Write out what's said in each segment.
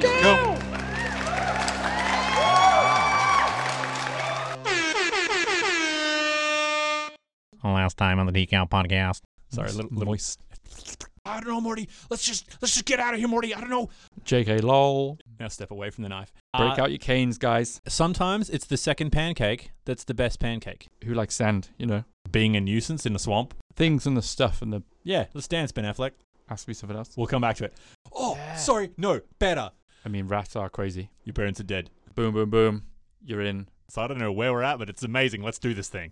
Go. Last time on the Decal podcast. Sorry, little, little Moist. I don't know, Morty. Let's just let's just get out of here, Morty. I don't know. JK lol. Now step away from the knife. Break Uh, out your canes, guys. Sometimes it's the second pancake that's the best pancake. Who likes sand, you know? Being a nuisance in a swamp. Things and the stuff and the Yeah, let's dance, Ben Affleck. has to be something else. We'll come back to it. Oh, sorry. No, better. I mean rats are crazy. Your parents are dead. Boom boom boom. You're in. So I don't know where we're at, but it's amazing. Let's do this thing.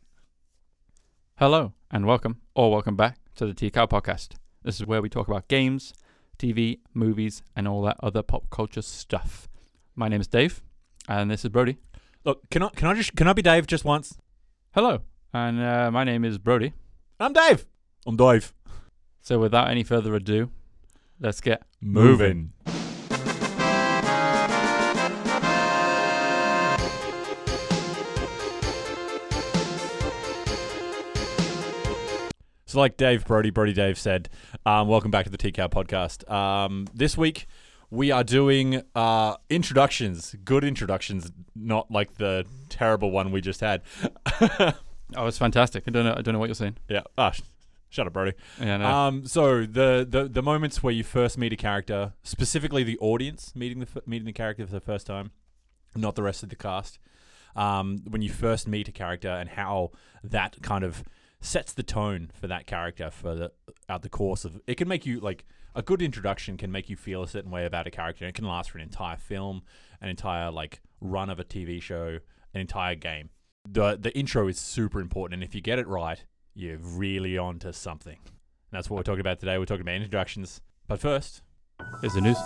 Hello and welcome or welcome back to the Tea Cow Podcast. This is where we talk about games, TV, movies, and all that other pop culture stuff. My name is Dave, and this is Brody. Look, can I can I just can I be Dave just once? Hello, and uh, my name is Brody. I'm Dave. I'm Dave. So without any further ado, let's get Moving. So, like Dave Brody, Brody Dave said, um, welcome back to the TCAL podcast. Um, this week we are doing uh, introductions, good introductions, not like the terrible one we just had. Oh, it's fantastic. I don't know I don't know what you're saying. yeah. Ah, sh- shut up, Brody. Yeah, no. Um, so the, the the moments where you first meet a character, specifically the audience meeting the f- meeting the character for the first time, not the rest of the cast. Um, when you first meet a character and how that kind of sets the tone for that character for the out the course of it can make you like a good introduction can make you feel a certain way about a character. and It can last for an entire film, an entire like run of a TV show, an entire game. The the intro is super important, and if you get it right, you're really on to something. And that's what we're talking about today. We're talking about introductions. But first, Here's the news.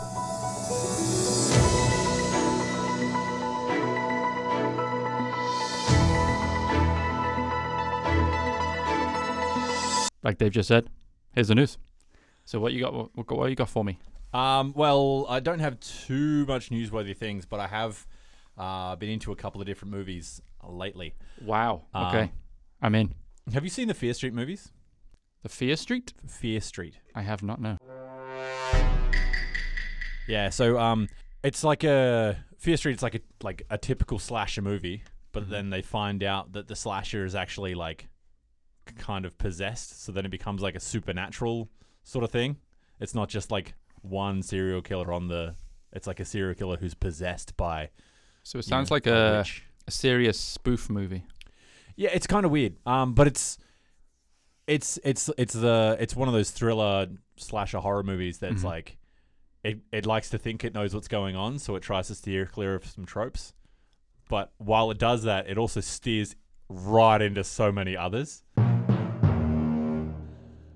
Like Dave just said, here's the news. So what you got? What, what you got for me? um, well, I don't have too much newsworthy things, but I have uh, been into a couple of different movies lately. Wow. Okay, Um, I'm in. Have you seen the Fear Street movies? The Fear Street? Fear Street. I have not. No. Yeah, so um, it's like a Fear Street. It's like a like a typical slasher movie, but Mm-hmm. then they find out that the slasher is actually like k- kind of possessed. So then it becomes like a supernatural sort of thing. It's not just like one serial killer on the. It's like a serial killer who's possessed by. you So it sounds know, like a, witch. a serious spoof movie. Yeah, it's kind of weird. Um, but it's it's it's it's the it's one of those thriller slasher horror movies that's Mhm. like it it likes to think it knows what's going on, so it tries to steer clear of some tropes. But while it does that, it also steers right into so many others.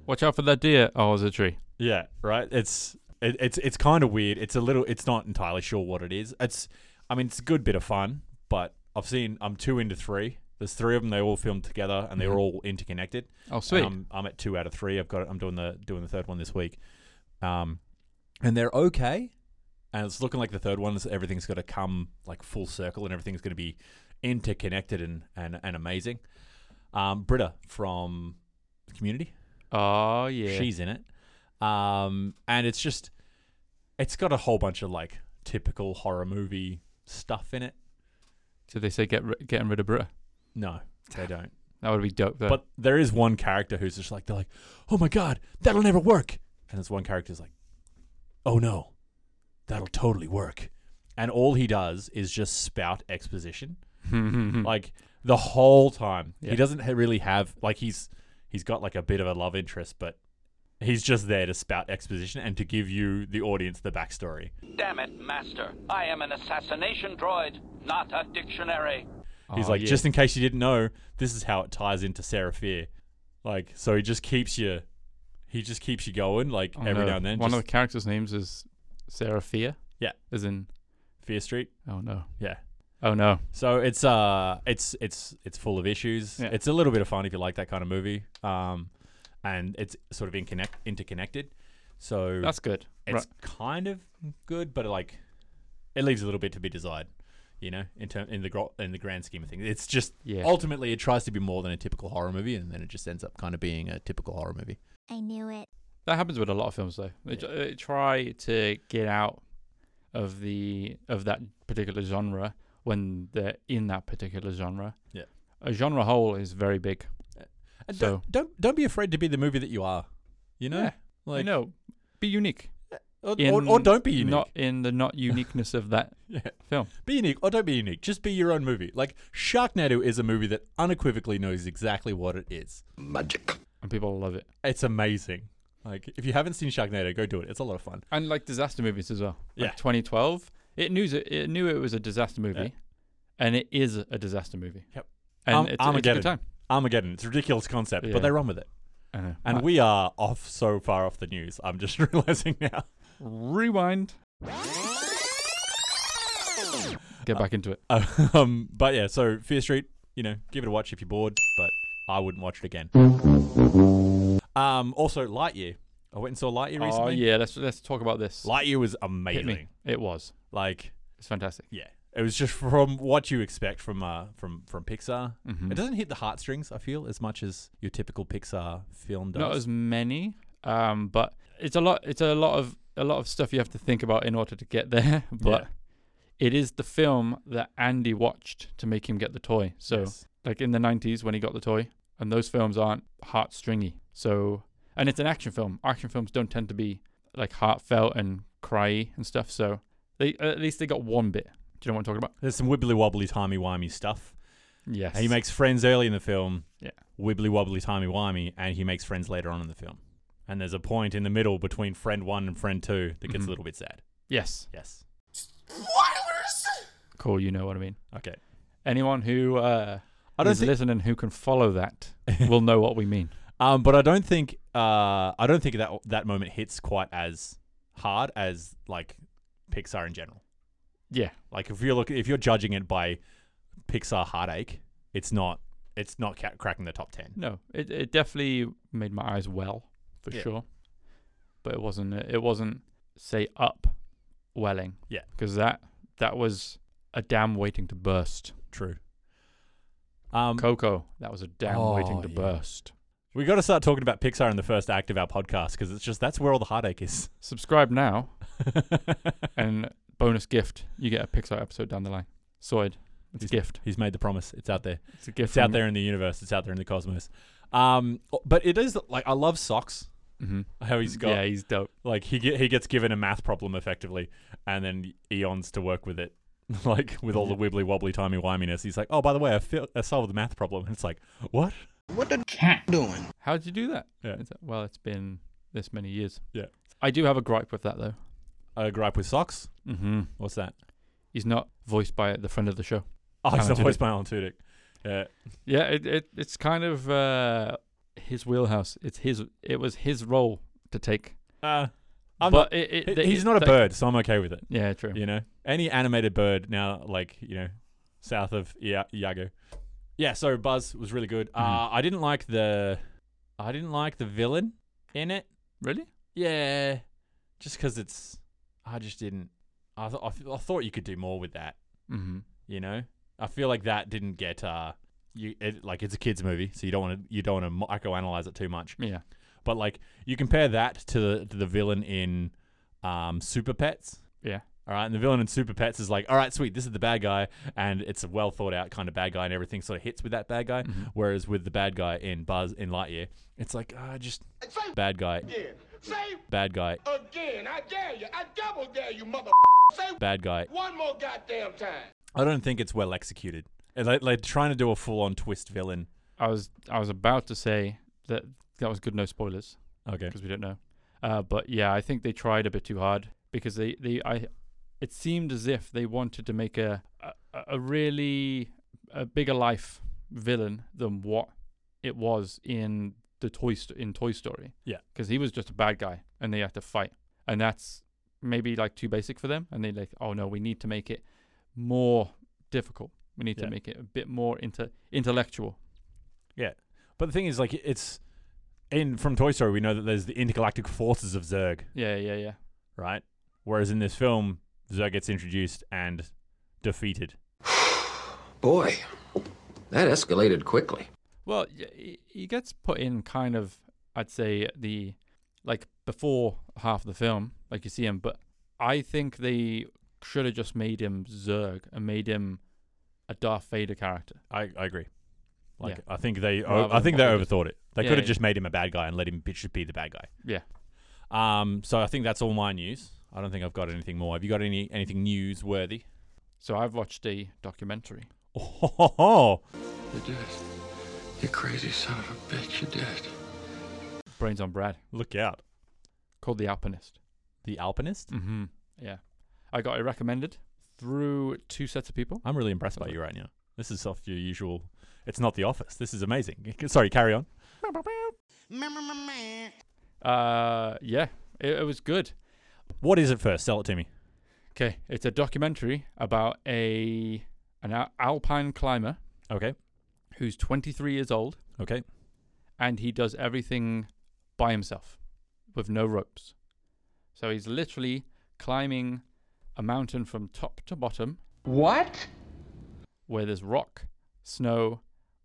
Watch out for that deer. Oh, it's a tree. Yeah, right. It's it, it's it's kind of weird. It's a little. It's not entirely sure what it is. It's I mean, it's a good bit of fun, but I've seen I'm two into three. There's three of them. They all filmed together, and they're Mhm. all interconnected. Oh, sweet. Um, I'm at two out of three. I've got. I'm doing the doing the third one this week, um, and they're okay. And it's looking like the third one is everything's going to come like full circle, and everything's going to be interconnected and and, and amazing. Um, Britta from Community, oh yeah. she's in it, um, and it's just it's got a whole bunch of like typical horror movie stuff in it. Did they say get ri- getting rid of Britta? No, they don't. That would be dope though. But there is one character who's just like they're like, "Oh my god, that'll never work," and this one character's like, "Oh no, that'll totally work," and all he does is just spout exposition like the whole time. Hmm. Yeah. He doesn't ha- really have like he's he's got like a bit of a love interest, but he's just there to spout exposition and to give you the audience the backstory. Damn it, Master. I am an assassination droid, not a dictionary. He's Oh, like, yeah. just in case you didn't know, this is how it ties into Sarah Fear. Like, so he just keeps you, he just keeps you going, like Oh, every no. now and then. One just of the characters' names is Sarah Fear. Yeah. As in, Fear Street, oh no, yeah. oh no. So it's uh, it's it's it's full of issues. Yeah. It's a little bit of fun if you like that kind of movie. Um, and it's sort of inconnect interconnected. So That's good. it's Right. kind of good, but like, it leaves a little bit to be desired. You know, in term, in the gro- in the grand scheme of things, it's just Yeah. ultimately it tries to be more than a typical horror movie, and then it just ends up kind of being a typical horror movie. I knew it. That happens with a lot of films, though. They, tr- they try to get out of the of that particular genre when they're in that particular genre. Yeah. a genre hole is very big. And So- don't, don't don't be afraid to be the movie that you are. You know, Yeah, like you know, be unique. or, in or, or don't be unique. Not in the not uniqueness of that yeah. film. Be unique or don't be unique. Just be your own movie. Like Sharknado is a movie that unequivocally knows exactly what it is. and people love it. It's amazing. Like if you haven't seen Sharknado, go do it. It's a lot of fun. And like disaster movies as well. Like Yeah. 2012, it knew it, it knew it was a disaster movie, Yeah. and it is a disaster movie. Yep. And Arm- it's, it's a Armageddon. good time. Armageddon. It's a ridiculous concept, Yeah. but they run with it. I know. Uh-huh. And we are off so far off the news. I'm just realizing now. rewind. Get back into it. Um, but yeah, so Fear Street, you know, give it a watch if you're bored, but I wouldn't watch it again. Um, also Lightyear. I went and saw Lightyear Oh recently. yeah, let's let's talk about this. Lightyear was Hit me. amazing. It was. Like It's fantastic. yeah, it was just from what you expect from uh from from Pixar. Mhm. It doesn't hit the heartstrings, I feel, as much as your typical Pixar film does. Not as many, um, but it's a lot. It's a lot of a lot of stuff you have to think about in order to get there. But Yeah. it is the film that Andy watched to make him get the toy. So Yes. like in the 90s when he got the toy and those films aren't heartstringy so and it's an action film action films don't tend to be like heartfelt and cryy and stuff so they at least they got one bit do you know what i'm talking about there's some wibbly wobbly timey wimey stuff. yes And he makes friends early in the film. Yeah. Wibbly wobbly timey wimey, and he makes friends later on in the film. And there's a point in the middle between friend one and friend two that gets Mhm. a little bit sad. yes Yes. cool you know what i mean Okay. anyone who uh I don't is think- listening who can follow that will know what we mean Um, but I don't think uh, I don't think that that moment hits quite as hard as like Pixar in general. yeah Like if you're look if you're judging it by Pixar heartache, it's not it's not ca- cracking the top ten. no it, it definitely made my eyes well for Yeah. sure but it wasn't it wasn't say up welling Yeah. because that that was a dam waiting to burst True. Um, Coco. That was a dam Oh, waiting to yeah. burst. we got to start talking about Pixar in the first act of our podcast because it's just that's where all the heartache is. Subscribe now and bonus gift. You get a Pixar episode down the line. Sorted. It's a gift. He's made the promise. It's out there. It's a gift. It's out there in the universe. It's out there in the cosmos. Um, but it is like I love socks. Mm-hmm. How he's got Yeah, he's dope. like he get, he gets given a math problem effectively, and then eons to work with it, like with all the wibbly wobbly timey wiminess. He's like, oh, by the way, I, fi- I solved the math problem. And it's like, what? How did you do that? Yeah. It's like, well, it's been this many years. Yeah. I do have a gripe with that though. A gripe with socks? Mm-hmm. What's that? He's not voiced by the friend of the show. Oh, he's Alan not Tudyk. voiced by Alan Tudyk. Yeah, Yeah, it, it it's kind of uh, his wheelhouse. It's his. It was his role to take. uh, I'm but it, not, it, he- it- he's not a that- bird, so I'm okay with it. Yeah, true. You know, any animated bird now, like you know, south of Ya- Iago. Yeah, so Buzz was really Mm-hmm. good. Uh, I didn't like the, I didn't like the villain in it. Really? Yeah, just because it's, I just didn't. I, th- I, f- I thought you could do more with that. Mm-hmm. You know, I feel like that didn't get. Uh, you it, like it's a kids movie, so you don't want to you don't want to microanalyze it too much. Yeah. But like you compare that to the to the villain in, um, Super Pets. Yeah. All right, and the villain in Super Pets is like, all right, sweet, this is the bad guy, and it's a well thought out kind of bad guy, and everything sort of hits with that bad guy. Mhm. Whereas with the bad guy in Buzz in Lightyear, it's like, ah, just bad guy, Again. Say bad guy, again. I dare you. I double dare you, mother. Say bad guy. one more goddamn time. I don't think it's well executed. And, Like, like trying to do a full on twist villain. I was I was about to say that that was good. No spoilers Okay. because we don't know. Uh, but yeah, I think they tried a bit too hard because they, they I it seemed as if they wanted to make a a, a really a bigger life villain than what it was in the toy Sto- in Toy Story. Yeah. because he was just a bad guy and they had to fight, and that's maybe like too basic for them. And they like, oh no, we need to make it more difficult. We need Yeah. to make it a bit more inter- intellectual. Yeah. But the thing is, like, it's in from Toy Story, we know that there's the intergalactic forces of Zurg, Yeah, yeah, yeah. right? Whereas in this film, Zurg gets introduced and defeated. Boy, that escalated quickly. Well, y- he- he gets put in kind of, I'd say the like before half of the film, like you see him. But I think they should have just made him Zerg and made him a Darth Vader character. I, I agree. Like Yeah. I think they Rather I think they than what overthought it. They Yeah, could have yeah. just made him a bad guy and let him just be the bad guy. Yeah. Um. So I think that's all my news. I don't think I've got anything more. Have you got any anything newsworthy? So I've watched a documentary. Oh, You did. You crazy son of a bitch, you did. Brains on Brad look out! called The Alpinist. The Alpinist. Mm-hmm. Yeah. I got it recommended through two sets of people. I'm really impressed by you right now. This is off your usual. It's not The Office. This is amazing. Sorry, carry on. Uh, yeah, it, it was good. What is it first? Sell it to me. Okay, it's a documentary about a an al- alpine climber Okay. who's 23 years old Okay. and he does everything by himself with no ropes. So he's literally climbing a mountain from top to bottom What? where there's rock, snow,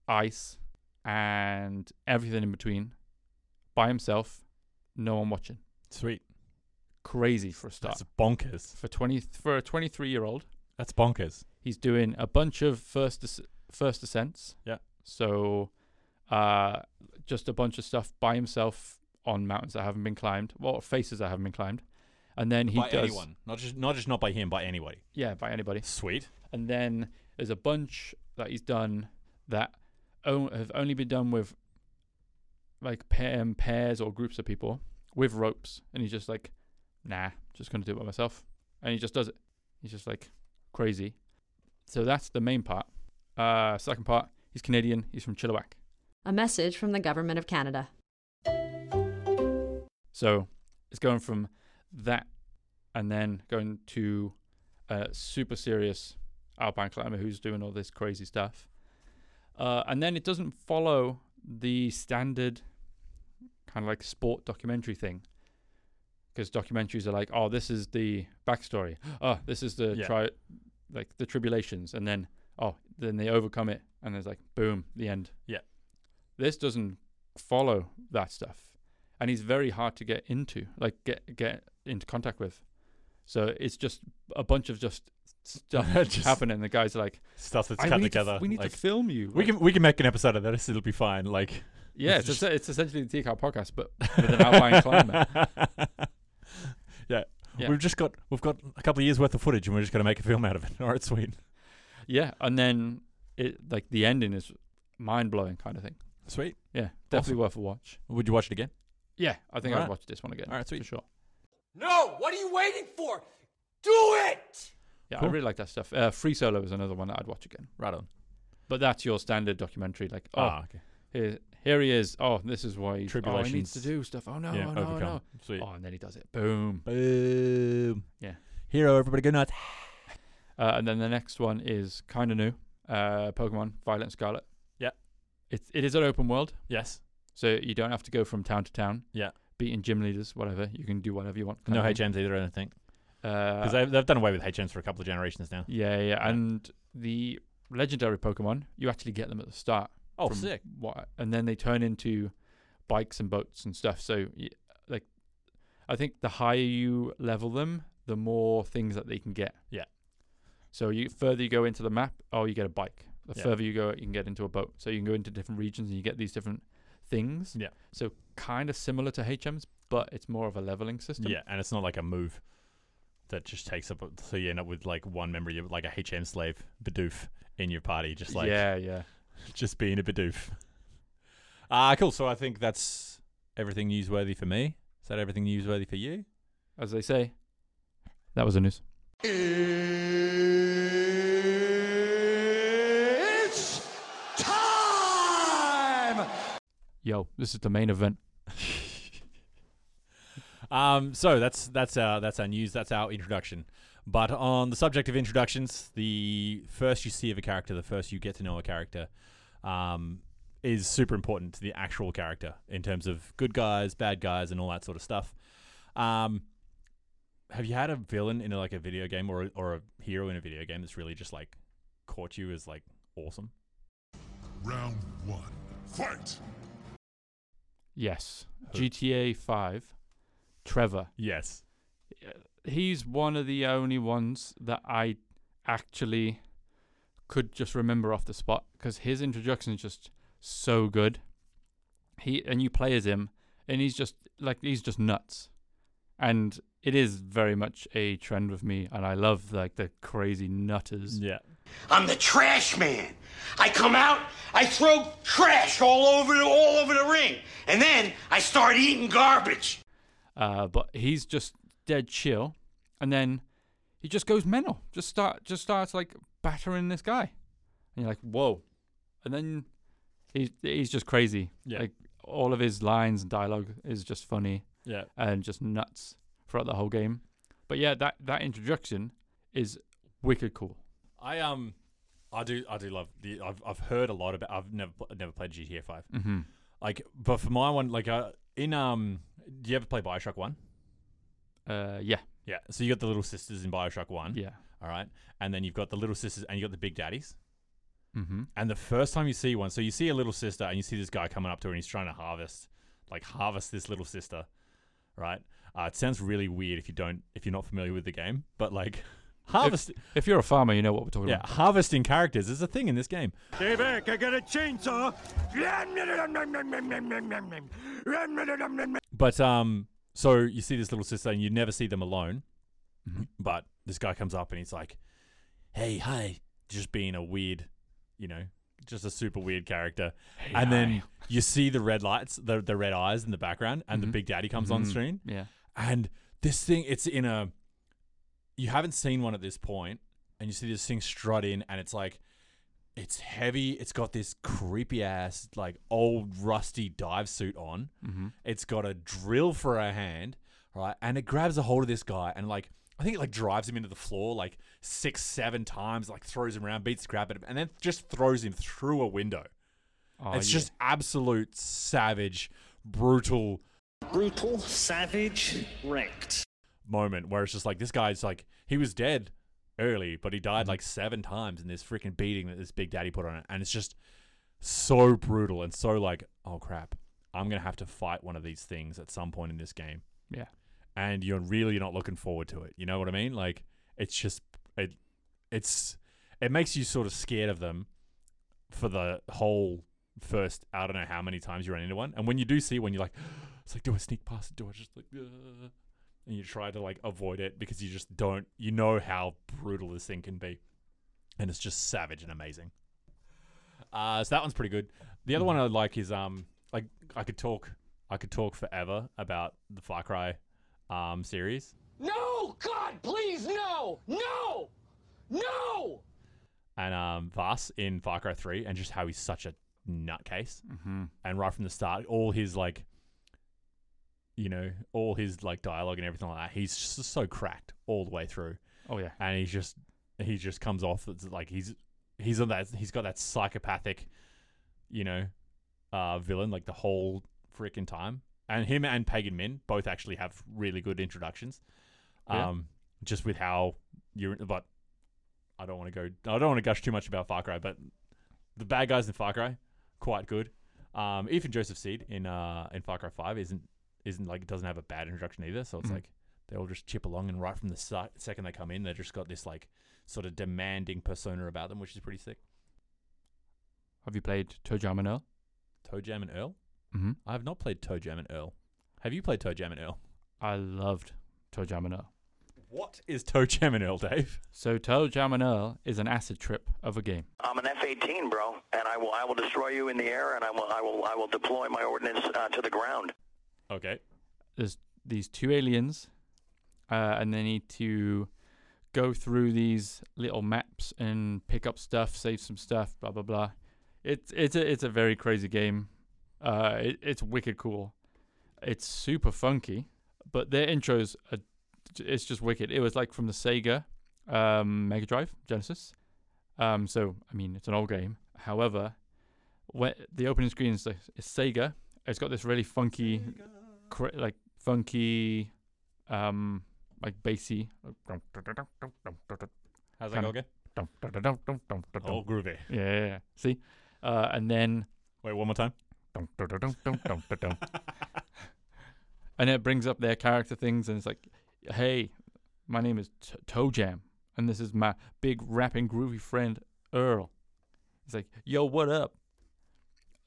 ice, and everything in between by himself, no one watching. Sweet. Crazy for a start. That's bonkers. for 20 for a 23 year old, That's bonkers. he's doing a bunch of first as- first ascents. Yeah. So, uh, just a bunch of stuff by himself on mountains that haven't been climbed, well, faces that haven't been climbed, and then he by does anyone, not just not just not by him, by anybody. yeah by anybody. Sweet. And then there's a bunch that he's done that on- have only been done with like pair, um, pairs or groups of people with ropes, and he's just like, nah, just gonna do it by myself, and he just does it. He's just like crazy. So that's the main part. Uh, second part, he's Canadian. He's from Chilliwack. A message from the Government of Canada. So it's going from that and then going to a super serious alpine climber who's doing all this crazy stuff. Uh, and then it doesn't follow the standard kind of like sport documentary thing. Because documentaries are like, oh, this is the backstory. Oh, this is the Yeah. tri- like the tribulations, and then oh, then they overcome it, and there's like boom, the end. Yeah. this doesn't follow that stuff and he's very hard to get into, like get get into contact with. So it's just a bunch of just stuff Just- happening. And the guys are like, Stuff that's "I- cut we need to f- together. we need like- to film you. We Like, can we can make an episode of this. It'll be fine. Like yeah, it's, this is es- it's essentially the TCAL podcast, but with an alpine climber. yeah. Yeah. we've just got we've got a couple of years worth of footage, and we're just gonna make a film out of it. All right, sweet, Yeah, and then it like the ending is mind blowing kind of thing. sweet. Yeah, definitely worth a watch. Would you watch it again? Yeah, I think I'd Alright. watch this one again. Alright, for sweet. sure. No, what are you waiting for? Do it! Yeah, Cool. I really like that stuff. Uh, Free Solo is another one that I'd watch again. Right on. But that's your standard documentary, like oh, Ah, okay. here, here he is. Oh, this is why he's, oh, he needs to Tribulations. do stuff. Oh no, yeah, oh no, oh, overcome. no. Sweet. Oh, and then he does it. Boom. Boom. Yeah. Hero, everybody go nuts. Uh, and then the next one is kind of new. Uh, Pokemon Violet Scarlet. Yeah. It's it is an open world, Yes. so you don't have to go from town to town. Yeah. Beating gym leaders, whatever. You can do whatever you want. kind No of thing. HMs either, I don't think, because Uh, they've, they've done away with HMs for a couple of generations now. yeah, yeah, and the legendary Pokemon, you actually get them at the start. Oh, from What, and then they turn into bikes and boats and stuff. So, y- like, I think the higher you level them, the more things that they can get. Yeah. So you further you go into the map, oh, you get a bike. The Yeah. further you go, you can get into a boat. So you can go into different regions and you get these different things. Yeah. So kind of similar to HMs, but it's more of a leveling system. Yeah, and it's not like a move that just takes up. So you end up with like one memory of like a HM slave Bidoof in your party, just like yeah, yeah. just being a Bidoof. Ah, cool. So I think that's everything newsworthy for me. Is that everything newsworthy for you? As they say, that was the news. It's time! Yo, this is the main event. Um, so that's that's our that's our news. That's our introduction. But on the subject of introductions, the first you see of a character, the first you get to know a character, um, is super important to the actual character in terms of good guys, bad guys, and all that sort of stuff. Um, have you had a villain in like a video game or a, or a hero in a video game that's really just like caught you as like awesome. Round one. Fight! Yes. GTA 5. Trevor. Yes. He's one of the only ones that I actually could just remember off the spot because his introduction is just so good. He and you play as him, and he's just like he's just nuts, and it is very much a trend with me, and I love like the crazy nutters. Yeah. I'm the trash man. I come out, I throw trash all over the, all over the ring, and then I start eating garbage. uh, but he's just dead chill, and then he just goes mental, just start, just starts like battering this guy, and you're like, whoa, and then he's he's just crazy, Yeah. like all of his lines and dialogue is just funny Yeah. and just nuts throughout the whole game, but yeah, that that introduction is wicked cool. I um, I do I do love the. I've I've heard a lot about. I've never pl- never played GTA 5 Mm-hmm. Like, but for my one, like, uh, in um, do you ever play Bioshock One? Uh, yeah, Yeah. So you got the little sisters in Bioshock One. yeah, All right, and then you've got the little sisters, and you got the big daddies. mm-hmm. And the first time you see one, so you see a little sister, and you see this guy coming up to her, and he's trying to harvest, like harvest this little sister, right? Uh, it sounds really weird if you don't, if you're not familiar with the game, but like harvest, If you're a farmer, you know what we're talking yeah, about. harvesting characters is a thing in this game. Stay back, I got a chainsaw! But um, so you see this little sister, and you never see them alone. Mm-hmm. But this guy comes up, and he's like, "Hey, hi," just being a weird, you know, just a super weird character. and then you see the red lights, the the red eyes in the background, and Mm-hmm. the big daddy comes on screen, Mm. Yeah, and this thing, it's in a. You haven't seen one at this point, and you see this thing strut in, and it's like. It's heavy. It's got this creepy ass, like old rusty dive suit on. It's got a drill for a hand, right? And it grabs a hold of this guy and like I think it like drives him into the floor like six, seven times, like throws him around, beats the crap out of him, and then just throws him through a window. Oh, it's yeah. just absolute savage, brutal Brutal, savage, ranked. moment where it's just like this guy's like he was dead early, but he Mm-hmm. died like seven times in this freaking beating that this big daddy put on it, and it's just so brutal and so like oh crap, I'm gonna have to fight one of these things at some point in this game. yeah. and you're really not looking forward to it. You know what I mean? Like it's just it it's it makes you sort of scared of them for the whole first I don't know how many times you run into one. And when you do see one, you're like, it's like do I sneak past it? Do I just like uh, and you try to like avoid it because you just don't you know how brutal this thing can be. And it's just savage and amazing. Uh, so that one's pretty good. The other one I like is um like I could talk I could talk forever about the Far Cry um series. No, God, please, no, no, no. and um, Vass in Far Cry 3 and just how he's such a nutcase. Mm-hmm. And right from the start, all his like, you know, all his like dialogue and everything like that, he's just so cracked all the way through. Oh yeah. And he's just, he just comes off as, like he's, he's on that, he's got that psychopathic, you know, uh, villain like the whole freaking time. And him and Pagan Min both actually have really good introductions. Yeah. Um, just with how you're, but I don't want to go. I don't want to gush too much about Far Cry, but the bad guys in Far Cry, quite good. Um, even Joseph Seed in uh in Far Cry Five isn't isn't like doesn't have a bad introduction either. So it's like they all just chip along, and right from the si- second they come in, they just got this like sort of demanding persona about them, which is pretty sick. Have you played Toe Jam and Earl? Toe Jam and Earl. Mm-hmm. I have not played Toe Jam and Earl. Have you played Toe Jam and Earl? I loved Toe Jam and Earl. What is Toe Jam and Earl, Dave? So Toe Jam and Earl is an acid trip of a game. I'm an F-18, bro, and I will I will destroy you in the air, and I will I will I will deploy my ordnance uh, to the ground. Okay. There's these two aliens, uh, and they need to go through these little maps and pick up stuff, save some stuff, blah blah blah. It's it's a it's a very crazy game. Uh, it, it's wicked cool. It's super funky, but their intros are it's just wicked. It was like from the Sega, um, Mega Drive, Genesis. Um, so I mean, it's an old game. However, when the opening screen is, like, is Sega. It's got this really funky, cra- like funky, um, like bassy How's that Kinda- going? Dum, dum, dum, dum, dum, dum, dum, dum. Oh, groovy. Yeah. See? Uh, and then. Wait, one more time. Dum, dum, dum, dum, dum, dum, dum, dum. and it brings up their character things, and it's like, hey, my name is T- Toe Jam, and this is my big rapping groovy friend, Earl. It's like, yo, what up?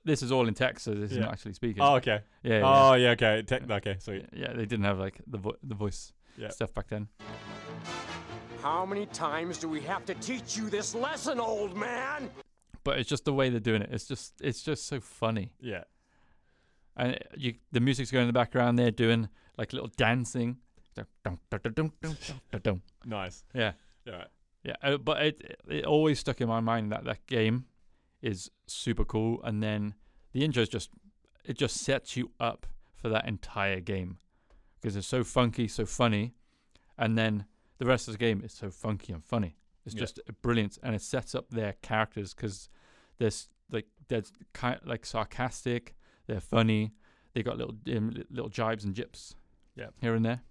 This is all in text, so this Yeah. isn't actually speaking. Oh, okay. yeah, yeah. Oh, yeah. Okay. Tech. Okay. Sweet. Yeah, they didn't have like the vo- the voice Yeah. stuff back then. How many times do we have to teach you this lesson, old man? But it's just the way they're doing it. It's just it's just so funny, Yeah. and it- you the music's going in the background. They're doing like little dancing. Dun, dun, dun, dun, dun, dun, dun, dun, dun. Nice. Yeah, Yeah. yeah. Uh, but it it always stuck in my mind that that game is super cool, and then the intro is just it just sets you up for that entire game because it's so funky, so funny, and then the rest of the game is so funky and funny. It's Yeah. just brilliant, and it sets up their characters because there's like they're kind like sarcastic, they're funny, they got little um, li- little jibes and jips, Yeah. here and there.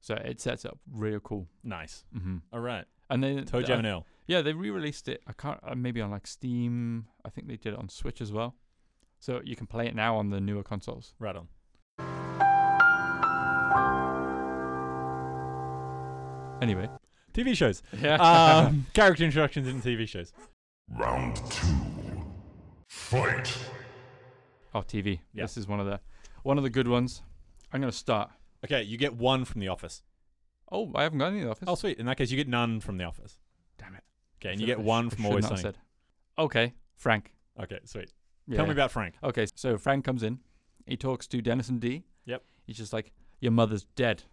So it sets up real cool, Nice. mm-hmm. All right. and then Toe I- Jam and L. yeah, they re-released it. I can't uh, maybe on like Steam. I think they did it on Switch as well, so you can play it now on the newer consoles. Right on. Anyway, TV shows. yeah, Um, character introductions in TV shows. Round two. Fight. oh TV. Yeah. This is one of the one of the good ones. I'm gonna start. Okay, you get one from The Office. Oh, I haven't got any of the office. Oh, sweet. In that case, you get none from The Office. damn it! Okay, and you get one from Always Sunny. said. Okay, Frank. Okay, sweet. Yeah. Tell me about Frank. Okay, so Frank comes in. He talks to Dennis and D. Yep. He's just like, "Your mother's dead.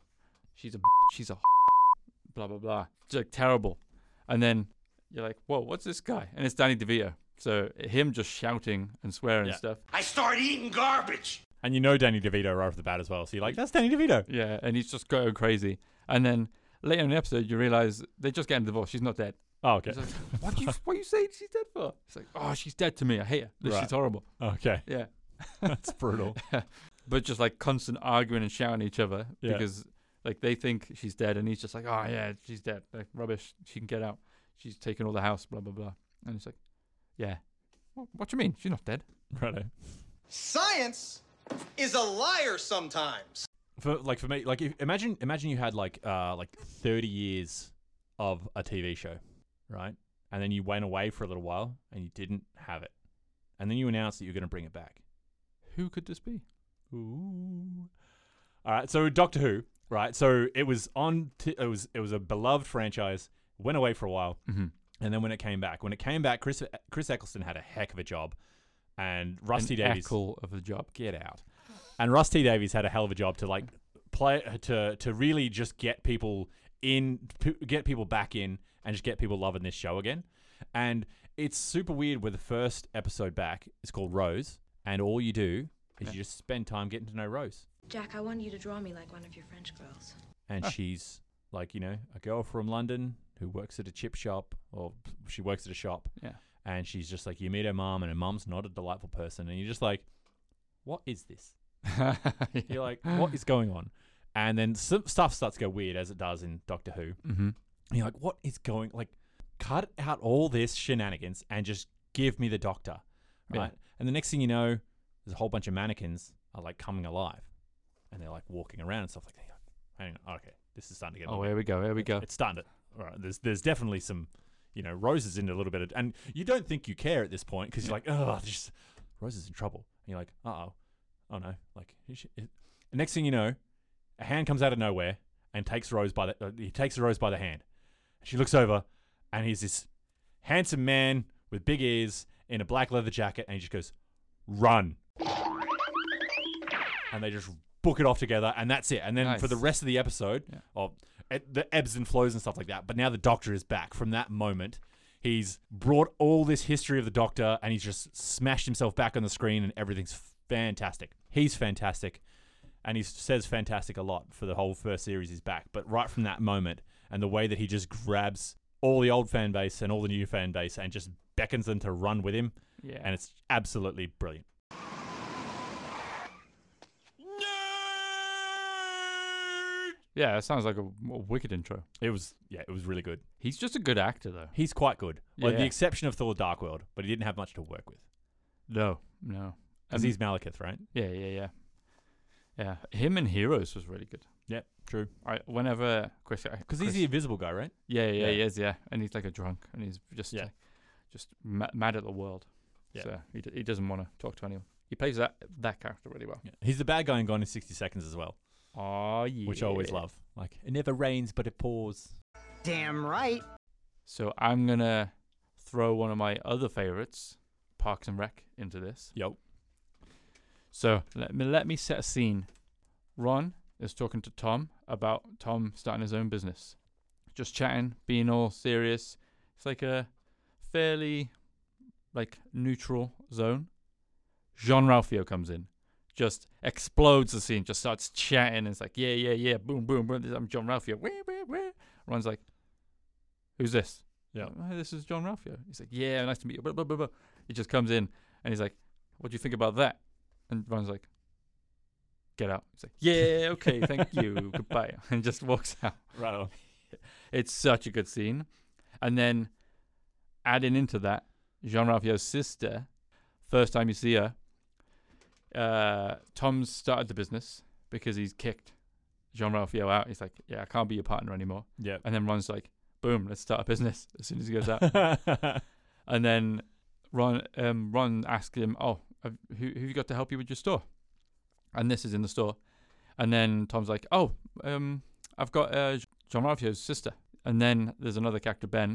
She's a she's a blah blah blah. It's like terrible." And then you're like, "Whoa, what's this guy?" And it's Danny DeVito. So him just shouting and swearing and Yeah. stuff. I start eating garbage. And you know Danny DeVito right off the bat as well. So you're like, that's Danny DeVito. Yeah, and he's just going crazy. And then later in the episode, you realize they're just getting divorced. She's not dead. Oh, okay. It's like, what do you what are you saying she's dead for? It's like, "Oh, she's dead to me. I hate her. This- Right. She's horrible." Okay. Yeah. That's brutal. but just like constant arguing and shouting at each other Yeah. because like they think she's dead and he's just like, oh yeah, she's dead, like rubbish. She can get out. She's taken all the house, blah blah blah. And it's like, yeah, what, what do you mean? She's not dead. Righto. Science is a liar sometimes. For like for me, like if, imagine imagine you had like uh like 30 years of a TV show, right? And then you went away for a little while and you didn't have it, and then you announced that you're going to bring it back. Who could this be? Ooh. All right, so Doctor Who, right? So it was on. T- it was it was a beloved franchise. Went away for a while, Mhm. and then when it came back, when it came back, Chris Chris Eccleston had a heck of a job, and Rusty An Davies echo of the job. get out, and Rusty Davies had a hell of a job to like play to to really just get people in, p- get people back in, and just get people loving this show again. And it's super weird. Where the first episode back, it's called Rose, and all you do is you just spend time getting to know Rose. Jack, I want you to draw me like one of your French girls. and she's like you know a girl from london who works at a chip shop or she works at a shop Yeah. and she's just like you meet her mom and her mom's not a delightful person and you're just like what is this yeah. you're like what is going on and then some stuff starts to go weird as it does in doctor who Mm-hmm. and you're like what is going like cut out all this shenanigans and just give me the doctor Yeah. right and the next thing you know there's a whole bunch of mannequins are like coming alive and they're like walking around and stuff like that You're like, hang on okay this is starting to get a Oh, little here we go. Here we go. it's starting to. All right, there's there's definitely some, you know, Roses into a little bit of, and you don't think you care at this point because you're like, oh, just Rose is in trouble, and you're like, uh oh, oh no, like, is she- is-" the next thing you know, a hand comes out of nowhere and takes Rose by the uh, he takes Rose by the hand. She looks over, and he's this handsome man with big ears in a black leather jacket, and he just goes, run, and they just book it off together, and that's it. And then for Nice. the rest of the episode, or it, the ebbs and flows and stuff like that. But now the Doctor is back from that moment. He's brought all this history of the Doctor and he's just smashed himself back on the screen and everything's fantastic. He's fantastic. And he says fantastic a lot for the whole first series he's back. But right from that moment and the way that he just grabs all the old fan base and all the new fan base and just beckons them to run with him. Yeah. And it's absolutely brilliant. Yeah, it sounds like a, a wicked intro. It was yeah, it was really good. He's just a good actor, though. He's quite good, with Yeah. the exception of Thor: Dark World, but he didn't have much to work with No, no. because Um, he's Malekith, right? Yeah, yeah, yeah. Yeah, him and Heroes was really good. Yep, true. I whenever Chris, Because he's the invisible guy, right? yeah, yeah, yeah. he is, yeah, and he's like a drunk, and he's just Yeah. like, just ma- mad at the world. Yeah. So he, d- he doesn't want to talk to anyone. He plays that that character really well. Yeah. He's the bad guy in Gone in 60 Seconds as well, Oh yeah, which I always love. Like, it never rains, but it pours. Damn right. So I'm gonna throw one of my other favorites, Parks and Rec, into this. Yo. So let me let me set a scene. Ron is talking to Tom about Tom starting his own business. Just chatting, being all serious. It's like a fairly like neutral zone. Jean Ralphio comes in, just explodes the scene, just starts chatting. And it's like, yeah, yeah, yeah, boom, boom, boom. I'm John Ralphio. Wah, wah, wah. Ron's like, who's this? Yeah. "Oh, hey, this is John Ralphio. He's like, yeah, nice to meet you. Blah, blah, blah, blah. He just comes in and he's like, what do you think about that? And Ron's like, get out. He's like, yeah, okay, thank you, goodbye. And just walks out. Right on. It's such a good scene. And then adding into that, Jean Ralphio's sister, first time you see her, uh, Tom's started the business because he's kicked Jean Ralphio out. He's like, yeah, I can't be your partner anymore. Yep. And then Ron's like, boom, let's start a business as soon as he goes out. yeah, And then Ron, um, Ron asks him, "Oh, have, who who you got to help you with your store?" And this is in the store. And then Tom's like, "Oh, um, I've got uh, John Ralphio's sister." And then there's another character, Ben,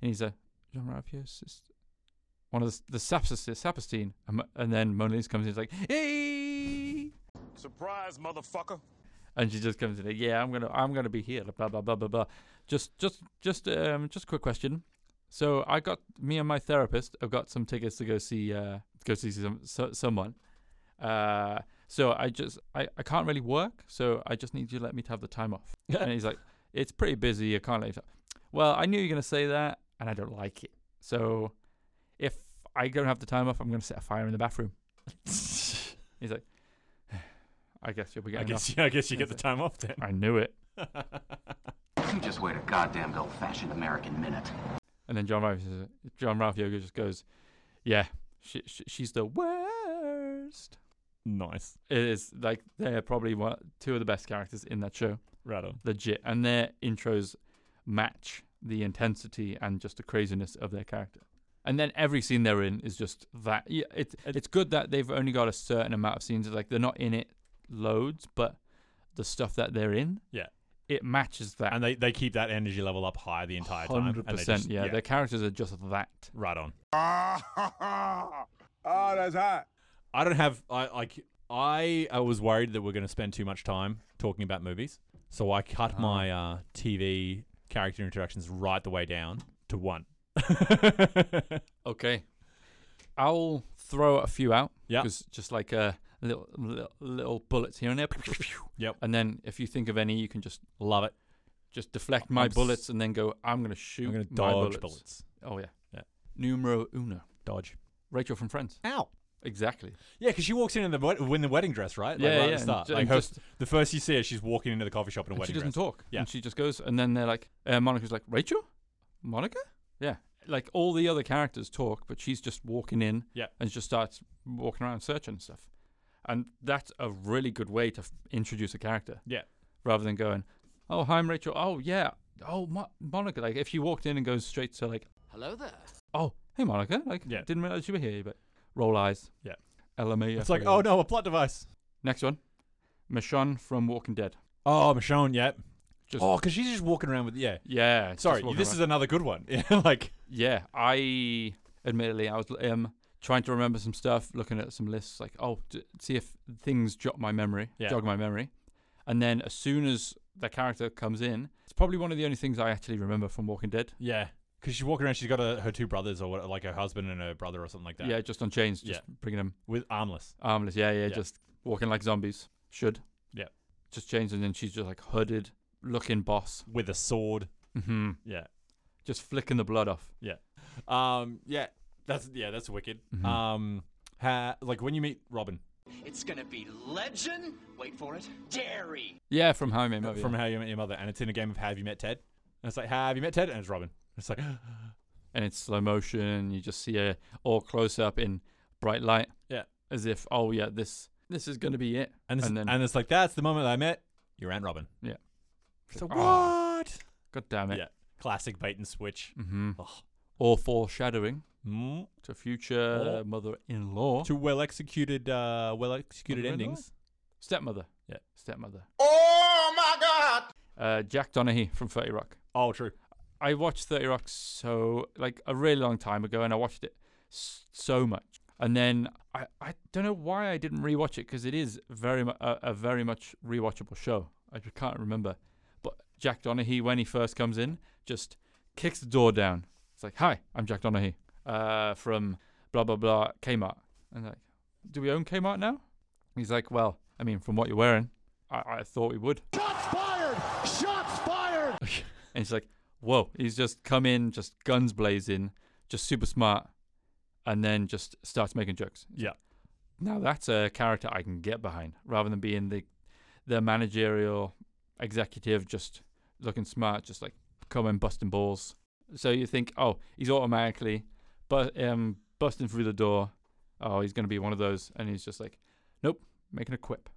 and he's a John Ralphio's sister, one of the s- the Saps- the Saperstein. And, Mo- and then Mona Lisa comes in, is like, "Hey!" Surprise, motherfucker. and she just comes in like, yeah i'm gonna i'm gonna be here blah blah blah blah blah just just just um just a quick question so i got me and my therapist i've got some tickets to go see uh go see some so, someone uh so i just I, I can't really work so i just need you to let me to have the time off and he's like it's pretty busy i can't let you ta-" well i knew you were gonna say that and i don't like it so if i don't have the time off i'm gonna set a fire in the bathroom he's like i guess you'll be getting I guess, off. yeah, I guess you get He's the like, time off then. I knew it. You just wait a goddamn old fashioned American minute. And then John Ralphio, John Ralphio just goes, "Yeah, she, she, she's the worst." Nice. It is like they're probably one, two of the best characters in that show, Right on. legit. And their intros match the intensity and just the craziness of their character. And then every scene they're in is just that. Yeah, it, it's good that they've only got a certain amount of scenes. It's Like they're not in it loads, but the stuff that they're in, Yeah. it matches that. And they, they keep that energy level up high the entire time. and they Hundred percent. just- Yeah, their characters are just that. Right on. oh, that's hot. I don't have I like I I was worried that we're going to spend too much time talking about movies, so I cut Uh-huh. my uh, TV character interactions right the way down to one. Okay. I'll throw a few out. Yeah. Just, just like a little, little little bullets here and there. Yep. And then if you think of any, you can just Love it. just deflect my I'm s- bullets and then go. I'm gonna shoot. I'm going to my dodge bullets. Oh yeah. Yeah. Numero uno. Dodge. Rachel from Friends. Ow. Exactly. Yeah, because she walks in in the wed- in the wedding dress, right? Like, Yeah, right at yeah, the and start. ju- like and her, just- the first you see her, she's walking into the coffee shop in a And wedding she doesn't dress. talk. Yeah. And she just goes. And then they're like, uh, Monica's like, Rachel, Monica. Yeah. Like all the other characters talk, but she's just walking in. Yeah. and just starts walking around searching stuff. And that's a really good way to f- introduce a character. Yeah. Rather than going, oh, hi, I'm Rachel. Oh, yeah. Oh, Mo- Monica. Like, if you walked in and goes straight to, like, Hello there. oh, hey, Monica. Like, Yeah. didn't realize you were here, but roll eyes. Yeah. LMA. It's like, oh no, a plot device. Next one. Michonne from Walking Dead. Oh, Michonne, yeah. Just, Oh, because she's just walking around with yeah. yeah. just Sorry, walking this around. is another good one. Yeah, like Yeah, I admittedly I was um trying to remember some stuff, looking at some lists, like oh, d- see if things jog my memory, Yeah. jog my memory, and then as soon as the character comes in, it's probably one of the only things I actually remember from Walking Dead. yeah, because she's walking around. She's got a, her two brothers or what, like her husband and her brother or something like that. Yeah, just on chains, just bringing them with armless. armless. Yeah, yeah, Yeah. just walking like zombies should. Yeah. just chains, and then she's just like hooded, looking boss, with a sword. hmm Yeah, just flicking the blood off. yeah, Mm-hmm. um, yeah. That's yeah, that's wicked. Um, ha, like when you meet Robin, It's gonna be legend. Wait for it. Dairy. Yeah, from How You Met Mother. From How You Met Your Mother, and it's in a game of Have You Met Ted? And it's like Have You Met Ted? And it's Robin. It's like, and it's slow motion. You just see it all close up in bright light. Yeah. As if, oh yeah, this this is gonna be it. and it's, and and, then it's like that's the moment I met your Aunt Robin. yeah. So Ah. what? God damn it. Yeah, classic bait and switch. Mhm. Oh, Or foreshadowing Mm. to future Oh. mother-in-law, Two well executed, uh, well executed Mother-in-law? endings. stepmother. Yeah. Stepmother. Oh my God! Uh, Jack Donaghy from Thirty Rock. Oh, true. I watched 30 Rock so like a really long time ago and I watched it s- so much. And then I, I don't know why I didn't rewatch it because it is very mu- a, a very much rewatchable show. I just can't remember. But Jack Donaghy when he first comes in just kicks the door down. It's like, "Hi, I'm Jack Donaghy uh, from blah blah blah Kmart." And like, "Do we own Kmart now?" He's like, "Well, I mean, from what you're wearing, I, I thought we would." Shots fired! Shots fired! And it's like, whoa, he's just come in, just guns blazing, just super smart, and then just starts making jokes. Yeah. Now that's a character I can get behind, rather than being the the managerial executive just looking smart, just like coming busting balls. So you think, oh, he's automatically but um busting through the door. Oh, he's gonna be one of those, and he's just like, nope, making a quip.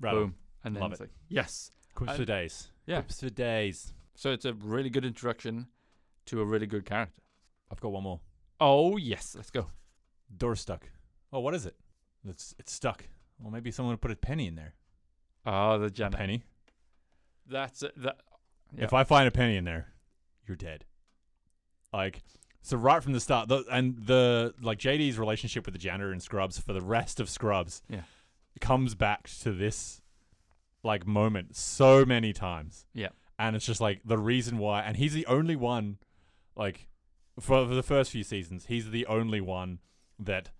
Right on. Boom, and then Love it's it. like, yes, Quips And- for days. Yeah. Quips for days. so it's a really good introduction to a really good character. I've got one more. Oh yes, let's go. Door stuck. Oh, what is it? It's it's stuck. Well, maybe someone put a penny in there. Oh, the Janet. Penny. That's it. That. Yeah. If I find a penny in there, you're dead. Like so, right from the start, the, and the like JD's relationship with the janitor in Scrubs for the rest of Scrubs Yeah. comes back to this like moment so many times. Yeah. and it's just like the reason why and he's the only one like for, for the first few seasons he's the only one that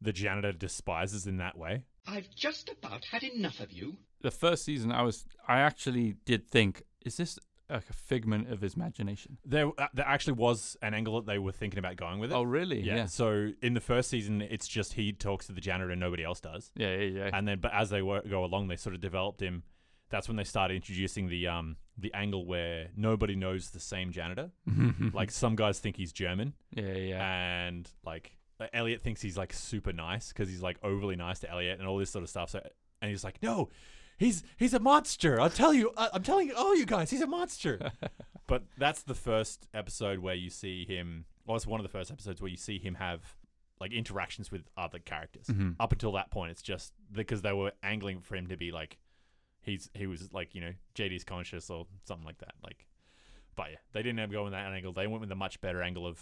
the janitor despises in that way I've just about had enough of you. The first season, I was. I actually did think, is this like a figment of his imagination? there uh, there actually was an angle that they were thinking about going with it Oh, really? yeah, Yeah. so in the first season it's just he talks to the janitor and nobody else does Yeah, yeah, yeah. and then but as they wo- go along they sort of developed him that's when they started introducing the um the angle where nobody knows the same janitor like some guys think he's german yeah, yeah. and like like, Elliot thinks he's like super nice because he's like overly nice to Elliot and all this sort of stuff. So and he's like, no, he's he's a monster. I'll tell you, I, I'm telling all you guys, he's a monster. but that's the first episode where you see him. Well, it's one of the first episodes where you see him have like interactions with other characters. Mhm. Up until that point, it's just because they were angling for him to be like he's he was like you know JD's conscious or something like that. Like, but yeah, they didn't have go with that angle. They went with a much better angle of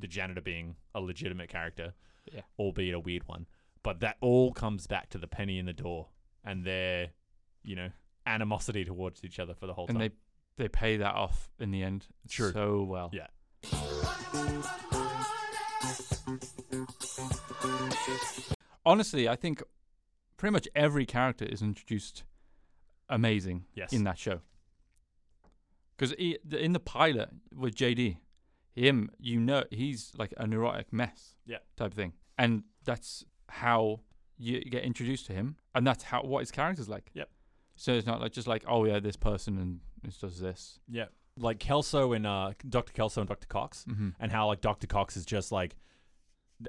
the janitor being a legitimate character, Yeah. albeit a weird one. But that all comes back to the penny in the door and their you know animosity towards each other for the whole and time. they they pay that off in the end Sure. so well. yeah, Honestly, I think pretty much every character is introduced amazing Yes. in that show. Because in the pilot with JD, him, you know, he's like a neurotic mess. yeah, type thing. And that's how you get introduced to him, and that's how what his character's like. Yep. So it's not like just like oh yeah, this person and this does this. yeah. Like Kelso and uh, Dr. Kelso and Dr. Cox, Mhm. and how like Dr. Cox is just like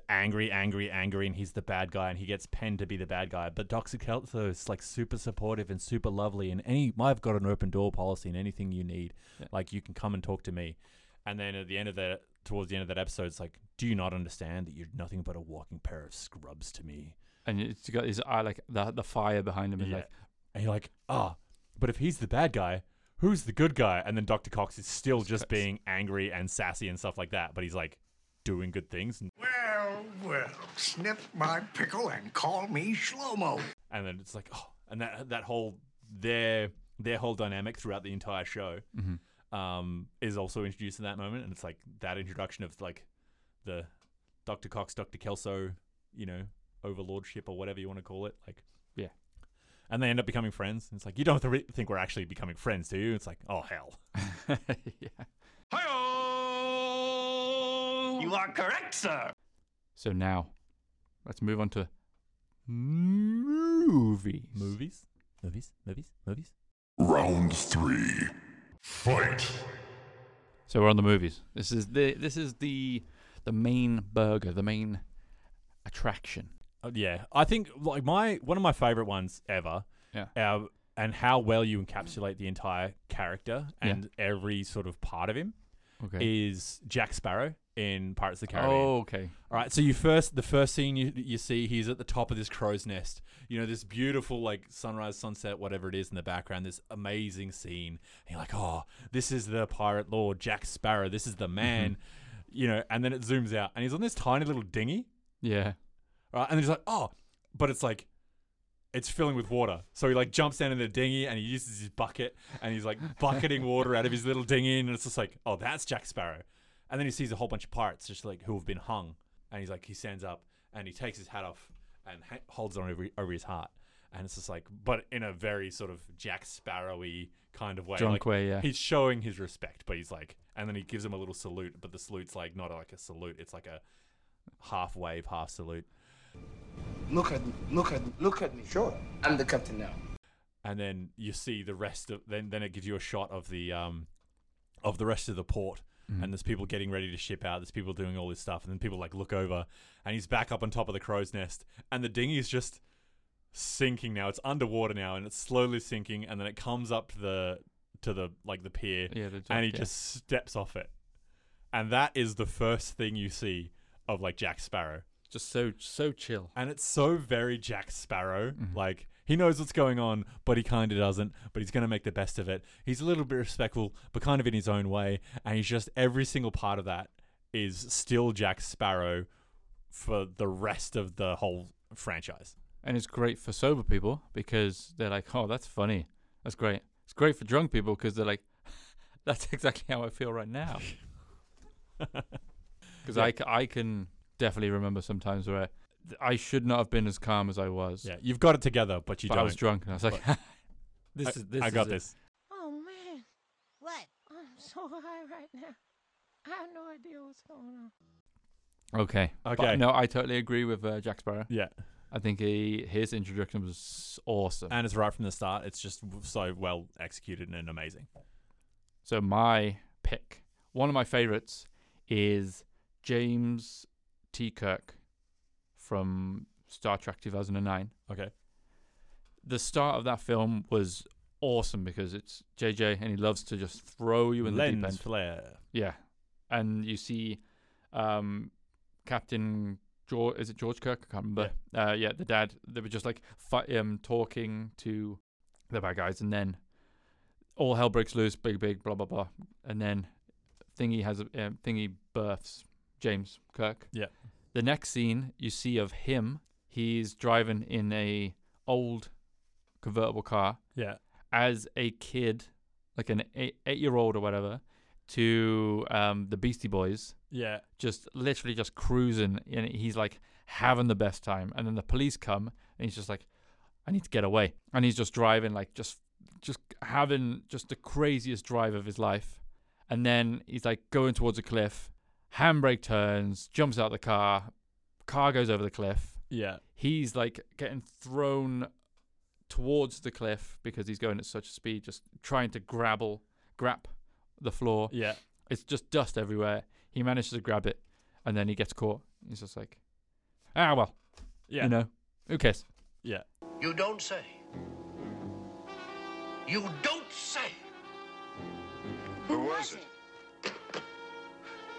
angry, angry, angry, and he's the bad guy, and he gets penned to be the bad guy. But Dr. Kelso is like super supportive and super lovely, and any I've got an open door policy, and anything you need, Yeah. like you can come and talk to me. And then at the end of the towards the end of that episode, it's like, do you not understand that you're nothing but a walking pair of scrubs to me? And it's got his eye like the the fire behind him, and Yeah. like And you're like, ah, but if he's the bad guy, who's the good guy? And then Dr. Cox is still just being angry and sassy and stuff like that, but he's like doing good things. And, Well, well, snip my pickle and call me Shlomo. and then it's like, oh, and that that whole their their whole dynamic throughout the entire show um, is also introduced in that moment, and it's like that introduction of like the Dr. Cox, Dr. Kelso, you know, overlordship or whatever you want to call it, like. yeah, And they end up becoming friends. And it's like, you don't th- think we're actually becoming friends, do you? It's like, oh, hell. yeah. You are correct, sir. So now, let's move on to movie. movies. Movies? Movies? Movies? Movies? Round three. Fight. So we're on the movies. This is the this is the the main burger, the main attraction. Uh, yeah, I think like my one of my favorite ones ever. Yeah. Uh, and how well you encapsulate the entire character Yeah. and every sort of part of him Okay. is Jack Sparrow in Pirates of the Caribbean. Oh, okay. All right. So you first the first scene you you see he's at the top of this crow's nest. You know this beautiful like sunrise, sunset, whatever it is in the background. This amazing scene. And you're like, oh, this is the pirate lord Jack Sparrow. This is the man. You know, and then it zooms out and he's on this tiny little dinghy. Yeah. Right? And then he's like, oh, but it's like, it's filling with water. So he like jumps down in the dinghy and he uses his bucket and he's like bucketing water out of his little dinghy. And it's just like, oh, that's Jack Sparrow. And then he sees a whole bunch of pirates just like who have been hung. And he's like, he stands up and he takes his hat off and ha- holds it on over, over his heart. And it's just like, but in a very sort of Jack Sparrowy kind of way. Drunk like, way, yeah. He's showing his respect, but he's like, and then he gives him a little salute, but the salute's like not like a salute. It's like a half wave, half salute. Look at me, look at me, look at me. Sure, I'm the captain now. and then you see the rest of then then it gives you a shot of the um of the rest of the port Mhm. and there's people getting ready to ship out there's people doing all this stuff and then people like look over and he's back up on top of the crow's nest and the dinghy is just sinking now it's underwater now and it's slowly sinking and then it comes up to the to the like the pier Yeah, the and he dock, yeah. just steps off it and that is the first thing you see of like jack sparrow Just so so chill. and it's so very Jack Sparrow. Mm-hmm. Like he knows what's going on, but he kind of doesn't. But he's going to make the best of it. He's a little bit respectful, but kind of in his own way. And he's just every single part of that is still Jack Sparrow for the rest of the whole franchise. And it's great for sober people because they're like, oh, that's funny. That's great. It's great for drunk people because they're like, that's exactly how I feel right now. Because I, c- I can definitely remember sometimes where th- I should not have been as calm as I was. Yeah, you've got it together, but you But don't. I was drunk and I was like, But- this I- is this. I is got it. this. Oh man. What? I'm so high right now. I have no idea what's going on. Okay. But Okay. no, I totally agree with uh, Jack Sparrow. Yeah. I think he his introduction was awesome. And it's right from the start. It's just so well executed and amazing. So my pick, one of my favorites, is James T. Kirk from Star Trek 2009. Okay. The start of that film was awesome because it's JJ and he loves to just throw you in the deep Lens end. flare. Yeah, and you see um, Captain George. Is it George Kirk? I can't remember. Yeah, uh, yeah the dad. They were just like fi- um, talking to the bad guys, and then all hell breaks loose. Big, big, blah, blah, blah, and then Thingy has a um, Thingy births James Kirk. Yeah. The next scene you see of him, he's driving in a old convertible car. Yeah. As a kid, like an eight, eight year old or whatever, to um, the Beastie Boys. Yeah. Just literally just cruising, and he's like having the best time. And then the police come, and he's just like, "I need to get away," and he's just driving like just just having just the craziest drive of his life. And then he's like going towards a cliff, handbrake turns, jumps out of the car, car goes over the cliff. Yeah. He's like getting thrown towards the cliff because he's going at such a speed, just trying to grabble, grab the floor. Yeah. It's just dust everywhere. He manages to grab it and then he gets caught. He's just like, ah, well. Yeah. You know, who cares? Yeah. You don't say. You don't say. Who was it?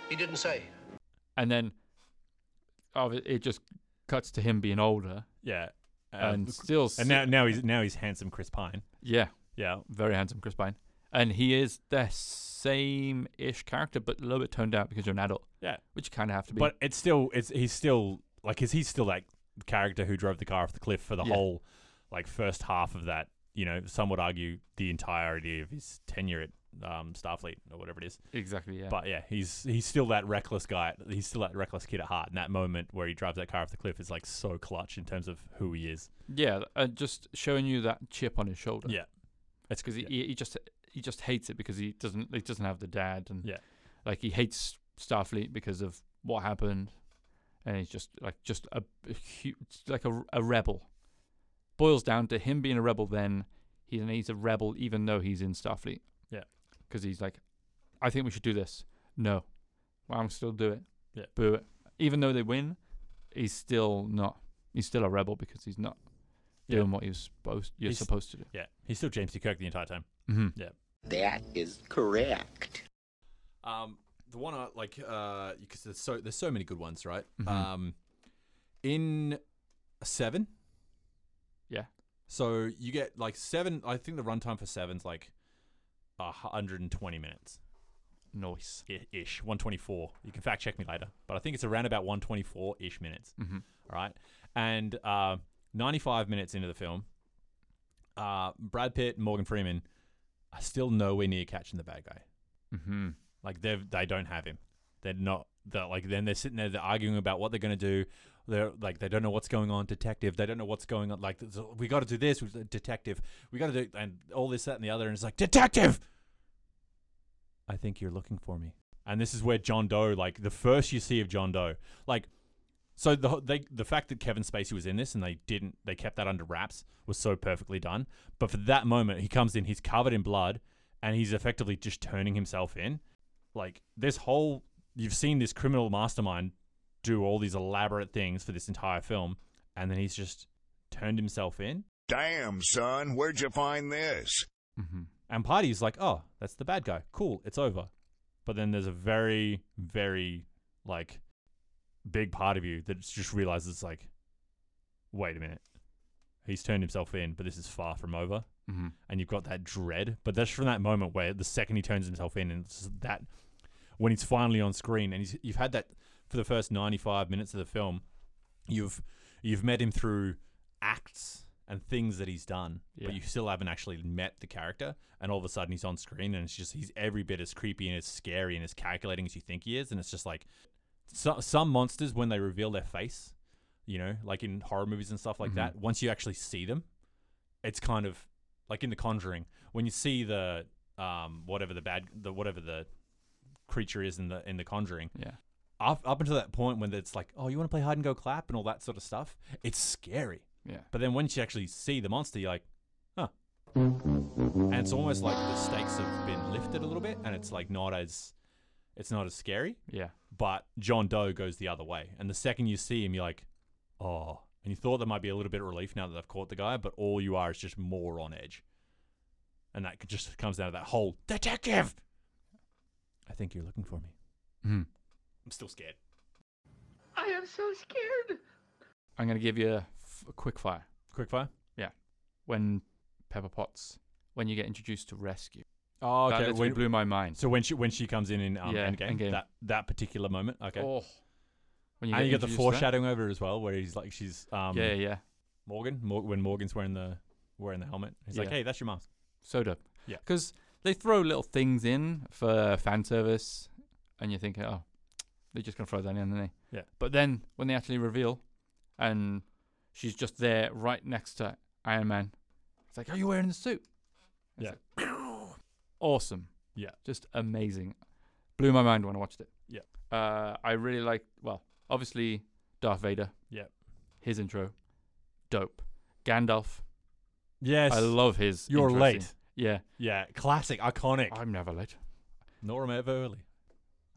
He didn't say. And then oh, it- it just cuts to him being older. Yeah. Uh, and still. And now now he's now he's handsome Chris Pine. Yeah. Yeah. Very handsome Chris Pine. And he is the same ish character, but a little bit toned down because you're an adult. Yeah. Which you kind of have to be. But it's still it's he's still like is he still that character who drove the car off the cliff for the Yeah. whole like first half of that, you know, some would argue the entirety of his tenure at um, Starfleet or whatever it is. Exactly, yeah. But yeah, he's he's still that reckless guy. He's still that reckless kid at heart. And that moment where he drives that car off the cliff is like so clutch in terms of who he is. Yeah, uh, just showing you that chip on his shoulder. Yeah. that's because he, he he just he just hates it because he doesn't he doesn't have the dad and Yeah. like he hates Starfleet because of what happened, and he's just like just a, a huge like a, a rebel, boils down to him being a rebel then. He's, and he's a rebel even though he's in Starfleet. Yeah. Because he's like, I think we should do this. No. Well, I'm still do it. Yeah. Boo it. Even though they win, he's still not. He's still a rebel because he's not doing what he's supposed you're He's- Mm-hmm. supposed to do. Yeah, he's still James D. Kirk the entire time. Mhm. Yeah. That is correct. Um, the one I like, uh, because there's so there's so many good ones, right? Mhm. Um, in seven. Yeah. So you get like seven. I think the runtime for seven's like a hundred and twenty minutes. Nice. I- Ish, one twenty four. You can fact check me later, but I think it's around about one twenty four ish minutes. Mhm. All right, and uh, ninety five minutes into the film, uh, Brad Pitt and Morgan Freeman are still nowhere near catching the bad guy. Mm-hmm. Like they they don't have him. They're not. They're like then they're sitting there. They're arguing about what they're gonna do. They're like they don't know what's going on, detective. They don't know what's going on. Like there's a- we got to do this, with the detective. We got to do and all this, that, and the other. And it's like detective. I think you're looking for me. And this is where John Doe, like the first you see of John Doe, like so the whole- they the fact that Kevin Spacey was in this and they didn't they kept that under wraps was so perfectly done. But for that moment, he comes in, he's covered in blood, and he's effectively just turning himself in. Like this whole you've seen this criminal mastermind do all these elaborate things for this entire film, and then he's just turned himself in. Damn, son, where'd you find this? And party's like, oh, that's the bad guy. Cool, it's over. But then there's a very, very like big part of you that just realizes like, wait a minute, he's turned himself in, but this is far from over. Mhm. And you've got that dread. But that's from that moment where the second he turns himself in, and it's just that when he's finally on screen, and he's, you've had that for the first 95 minutes of the film, you've you've met him through acts and things that he's done, but you still haven't actually met the character. And all of a sudden, he's on screen, and it's just he's every bit as creepy and as scary and as calculating as you think he is. And it's just like so, some monsters when they reveal their face, you know, like in horror movies and stuff like Mhm. that. Once you actually see them, it's kind of like in The Conjuring when you see the um whatever the bad the whatever the creature is in the in The Conjuring. Yeah. Up, up until that point when it's like, oh, you want to play hide and go clap and all that sort of stuff, it's scary. Yeah. But then once you actually see the monster, you're like, huh. And it's almost like the stakes have been lifted a little bit, and it's like not as, it's not as scary. Yeah. But John Doe goes the other way, and the second you see him, you're like, oh. And you thought there might be a little bit of relief now that they've caught the guy, but all you are is just more on edge. And that just comes out of that whole detective. I think you're looking for me. Mm-hmm. Mhm. I'm still scared. I am so scared. I'm gonna give you a, f- a quick fire. Quick fire. Yeah. When Pepper Potts, when you get introduced to rescue. Oh, That okay. literally blew my mind. So when she when she comes in in um, Yeah, Endgame, Endgame. that that particular moment, okay. Oh. When you and get you get the introduced to that. foreshadowing over it as well, where he's like, she's um, Yeah, yeah. Morgan, Mor- when Morgan's wearing the wearing the helmet, he's like, Yeah. hey, that's your mask. So dope. Yeah. Because they throw little things in for fan service, and you're thinking, oh, they're just going to throw that in, aren't they? Yeah. But then when they actually reveal, and she's just there right next to Iron Man, it's like, are you wearing the suit? It's Yeah. like, awesome. Yeah. Just amazing. Blew my mind when I watched it. Yeah. Uh, I really liked, well, obviously, Darth Vader. Yeah. His intro. Dope. Gandalf. Yes. I love his. You're intro late. scene. Yeah. Yeah, classic, iconic. I'm never late. Nor am I ever early.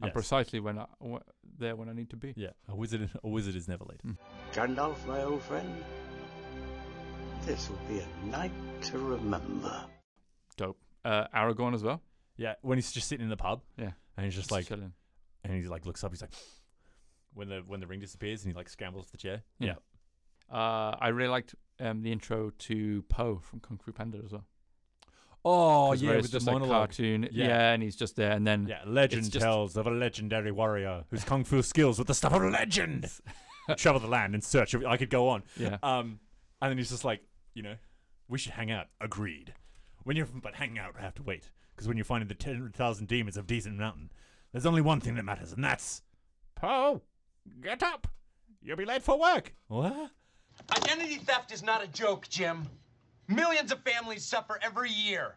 I'm Yes. precisely when I, wh- there when I need to be. Yeah, a wizard, a wizard is never late. Hmm. Gandalf, my old friend, this will be a night to remember. Dope. Uh, Aragorn as well. Yeah, when he's just sitting in the pub. Yeah. and he's just Just like, chilling. and he like looks up, he's like, when the when the ring disappears, and he like scrambles off the chair. Yeah. Uh, I really liked um, the intro to Poe from Kung Fu Panda as well. Oh 'Cause yeah, where with it's the just monologue. like cartoon. Yeah. and he's just there, and then Yeah, legend it's just- tells of a legendary warrior whose kung fu skills with the stuff of legend travel the land in search of. I could go on. Yeah. Um, and then he's just like, you know, we should hang out. Agreed. When you're but hanging out, I have to wait because when you're finding the ten thousand demons of Decent Mountain, there's only one thing that matters, and that's Poe. Get up. You'll be late for work. What? Identity theft is not a joke, Jim. Millions of families suffer every year.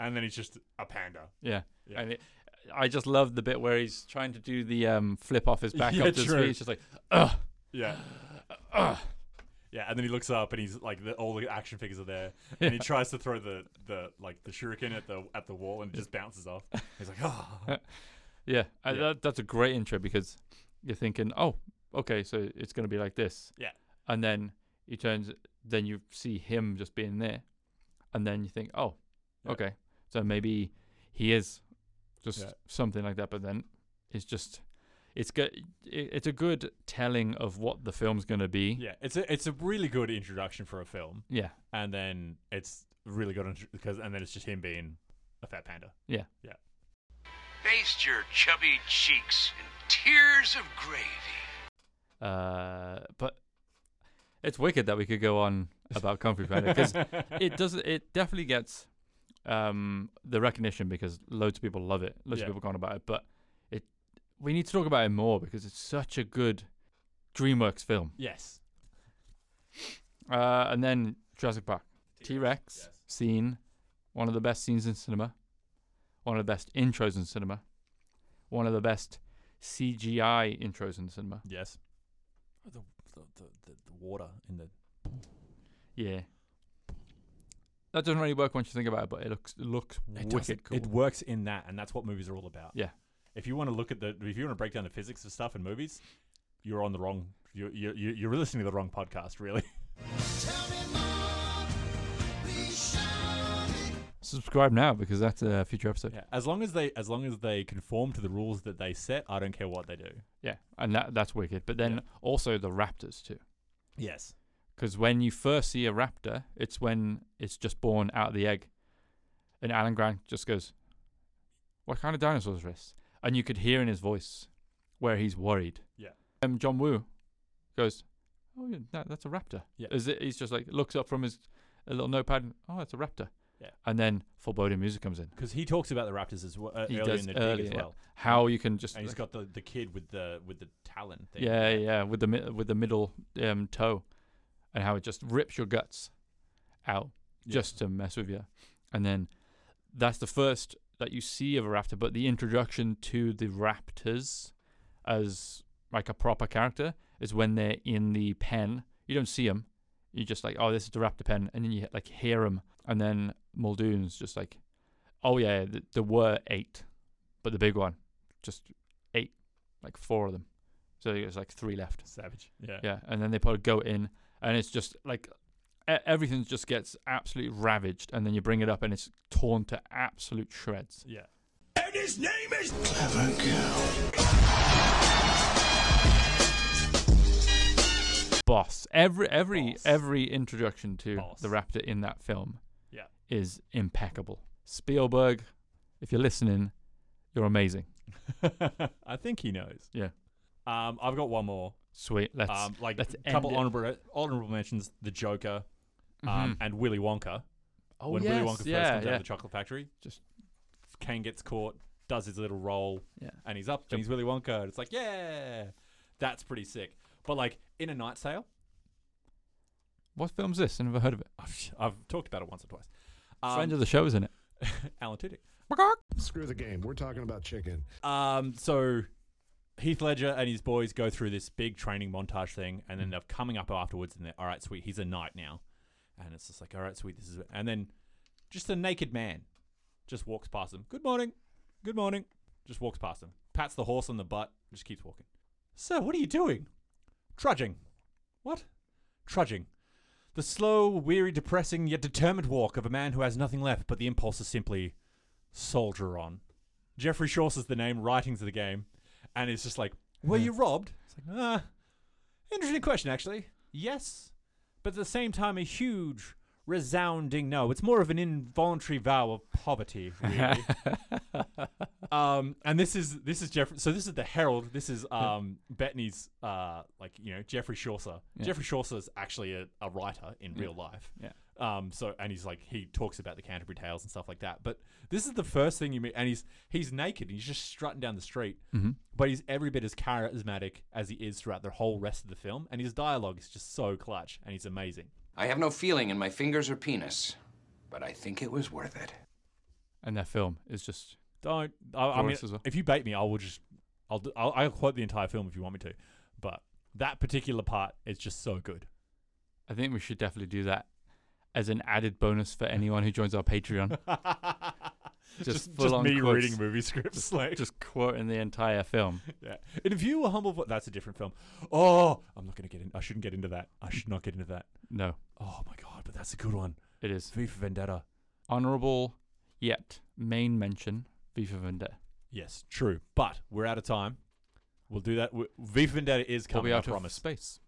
And then he's just a panda. Yeah, and it, I just love the bit where he's trying to do the um, flip off his back Yeah, up to his true. feet. It's just like, ugh. Yeah. Ugh. Yeah, and then he looks up and he's like, the, all the action figures are there, and he tries to throw the, the like the shuriken at the at the wall, and it just bounces off. He's like, oh. yeah, uh, That, that's a great intro because you're thinking, oh, okay, so it's going to be like this. Yeah. And then he turns, then you see him just being there, and then you think, oh, okay, so maybe he is just Yeah. something like that. But then it's just it's good. It's a good telling of what the film's going to be. Yeah, it's a it's a really good introduction for a film. Yeah. and then it's really good intro- because and then it's just him being a fat panda. Yeah. yeah. Baste your chubby cheeks in tears of gravy. Uh, but it's wicked that we could go on about Kung Fu Panda because it does it definitely gets um, the recognition because loads of people love it. Loads Yeah. of people gone about it, but it we need to talk about it more because it's such a good DreamWorks film. Yes. Uh, and then Jurassic Park, T Rex scene, one of the best scenes in cinema, one of the best intros in cinema, one of the best CGI intros in cinema. Yes. The, the, the, the water in the Yeah. That doesn't really work once you think about it, but it looks it looks It does- wicked cool. It works in that, and that's what movies are all about. Yeah. If you want to look at the, if you want to break down the physics of stuff in movies, you're on the wrong. You're you're, you're listening to the wrong podcast, really. Subscribe now because that's a future episode. Yeah. As long as they, as long as they conform to the rules that they set, I don't care what they do. Yeah, and that that's wicked. But then also the raptors too. Yes. Because when you first see a raptor, it's when it's just born out of the egg, and Alan Grant just goes, "What kind of dinosaur is this?" And you could hear in his voice where he's worried. Yeah. Um, John Woo goes, "Oh, yeah, that, that's a raptor." Yeah. Is it, he's just like looks up from his a little notepad. And, oh, that's a raptor. Yeah. And then foreboding music comes in. Because he talks about the Raptors as well uh, He earlier does in the dig earlier, as yeah. well. How you can just And he's like- got the, the kid with the with the talon thing. Yeah, yeah, with the mi- with the middle um, toe, and how it just rips your guts out just to mess with you, and then that's the first that you see of a raptor. But the introduction to the raptors as like a proper character is when they're in the pen. You don't see them. You're just like, oh, this is the raptor pen, and then you like hear them, and then Muldoon's just like, oh yeah, th- there were eight, but the big one just eight, like four of them. So there's like three left. Savage. Yeah. Yeah. And then they put a goat in, and it's just like e- everything just gets absolutely ravaged. And then you bring it up, and it's torn to absolute shreds. Yeah. And his name is Clever Girl. Boss. Every every every introduction to the raptor in that film Yeah. is impeccable. Spielberg, if you're listening, you're amazing. I think he knows. Yeah. Um, I've got one more. Sweet. Let's um, like let's a couple end it. honorable honorable mentions: the Joker, um, Mhm. and Willy Wonka. Oh, when yes, Willy Wonka yeah, first comes out yeah. of the chocolate factory, just Kane gets caught, does his little roll, Yeah. and he's up and he's Willy Wonka. And it's like, yeah, that's pretty sick. But like in a night sale, What film's this? I never heard of it. I've, I've talked about it once or twice. Um, Friend of the show, isn't it? Alan Tudyk. Screw the game. We're talking about chicken. Um, so Heath Ledger and his boys go through this big training montage thing, and then they're coming up afterwards, and they're all right, sweet, he's a knight now, and it's just like, all right, sweet, this is, and then just a naked man just walks past them. Good morning, good morning. Just walks past them, pats the horse on the butt, just keeps walking. Sir, what are you doing? Trudging. What? Trudging. The slow, weary, depressing, yet determined walk of a man who has nothing left but the impulse to simply soldier on. Jeffrey Shaw's is the name, writings of the game, and it's just like, were you robbed? It's like, ah, interesting question, actually. Yes, but at the same time, a huge, resounding no. It's more of an involuntary vow of poverty, really. um, and this is this is Jeffrey. So this is the Herald. This is um, Bettany's, uh, like you know, Jeffrey Chaucer. Yeah. Jeffrey Chaucer is actually a, a writer in real Yeah. life. Yeah. Um. So and he's like he talks about the Canterbury Tales and stuff like that. But this is the first thing you meet, and he's he's naked. And he's just strutting down the street, Mhm. but he's every bit as charismatic as he is throughout the whole rest of the film. And his dialogue is just so clutch, and he's amazing. I have no feeling in my fingers or penis, but I think it was worth it. And that film is just Don't. I, I mean, Glorious as well. if you bait me, I will just. I'll, do- I'll. I'll quote the entire film if you want me to, but that particular part is just so good. I think we should definitely do that as an added bonus for anyone who joins our Patreon. Just- full just on me quotes. reading movie scripts, Just, like- just quoting the entire film. Yeah. And if you were humble, Vo- that's a different film. Oh, I'm not going to get in. I shouldn't get into that. I should not get into that. No. Oh my god, but that's a good one. It is. V for Vendetta. Honorable yet main mention, V for Vendetta. Yes, true. But we're out of time. We'll do that. W- V for Vendetta is We'll coming. be out I of promise. space.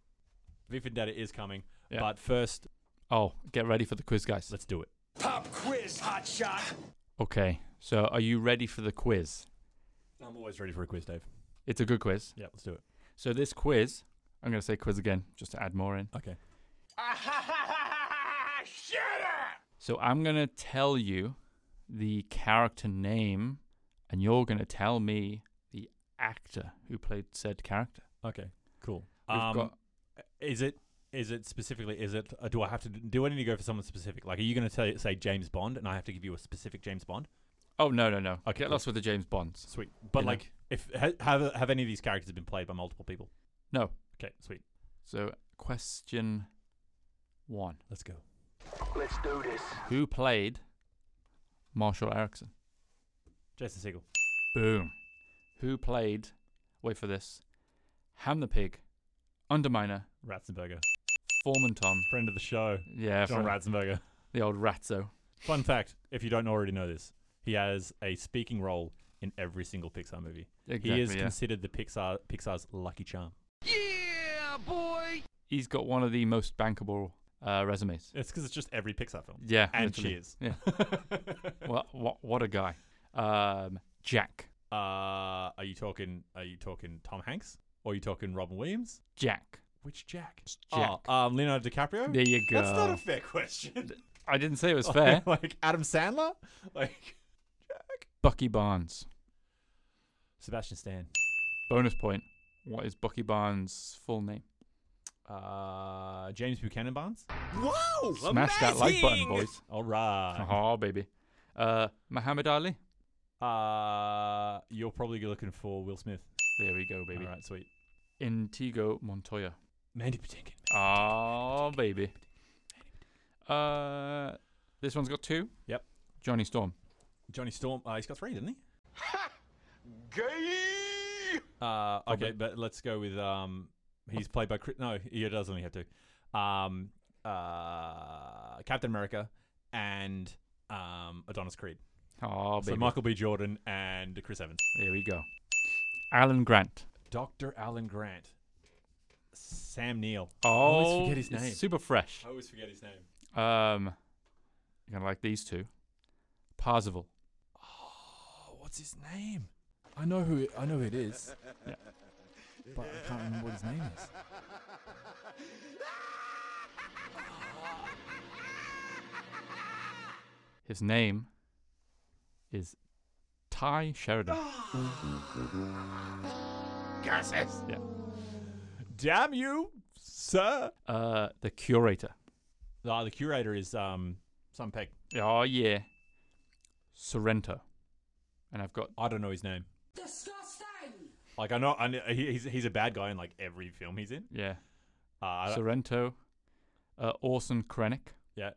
V for Vendetta is coming. Yeah. But first, Oh, get ready for the quiz, guys. Let's do it. Pop quiz, hot shot. Okay. So, are you ready for the quiz? I'm always ready for a quiz, Dave. It's a good quiz. Yeah, let's do it. So, this quiz, I'm going to say quiz again just to add more in. Okay. Shut up! So, I'm going to tell you the character name, and you're going to tell me the actor who played said character. Okay. Cool. We've um, got- is it? Is it specifically? Is it? Uh, do I have to? Do I need to go for someone specific? Like, are you going to tell say James Bond, and I have to give you a specific James Bond? Oh, no, no, no. Get Okay, cool. lost with the James Bonds. Sweet. But You know? like, if ha- have have any of these characters been played by multiple people? No. Okay, sweet. So, question one Let's go. Let's do this. Who played Marshall Erickson? Jason Segel. Boom. Who played, wait for this, Ham the Pig, Underminer, Ratzenberger, Foreman Tom, friend of the show. Yeah, John friend- Ratzenberger. the old Ratzo. Fun fact: if you don't already know this, he has a speaking role in every single Pixar movie. he is Exactly, yeah. considered the Pixar Pixar's lucky charm. Yeah, boy! He's got one of the most bankable uh, resumes. It's because it's just every Pixar film. Yeah. and literally. Cheers. Yeah. what, what, what a guy. Um, Jack. Uh, are you talking? Are you talking Tom Hanks? Or are you talking Robin Williams? Jack. Which Jack? Jack. Oh, um, Leonardo DiCaprio. There you That's not go. a fair question. I didn't say it was fair. like Adam Sandler, like Bucky Barnes. Sebastian Stan. Bonus point. What is Bucky Barnes' full name? Uh, James Buchanan Barnes. Whoa! Smash that like button, boys. All right. Oh, baby. Uh, Muhammad Ali. Uh, you're probably looking for Will Smith. There we go, baby. All right, sweet. Intigo Montoya. Mandy Patinkin. Oh, baby. Uh, this one's got two. Yep. Johnny Storm. Johnny Storm. Uh, he's got three, didn't he? Gay! Uh, Probably. okay, but let's go with um. He's played by Chris. No, he does only have two. Um, uh, Captain America and um Adonis Creed. Oh, so baby. Michael B. Jordan and Chris Evans. There we go. Alan Grant. Doctor Alan Grant. Sam Neill. Oh, I always forget his it's name. super fresh. I always forget his name. Um, you're gonna like these two. Parzival. Oh, what's his name? I know who it, I know who it is, but I can't remember what his name is. His name is Ty Sheridan. Ah! Curses! yeah. Damn you, sir! Uh, the curator. Ah, the curator is um some peg. Oh yeah. Sorrento. And I've got I don't know his name. Disgusting! Like I know, I know he- he's he's a bad guy in like every film he's in. yeah. Uh, I- Sorrento. Uh, Orson Krennic. yeah.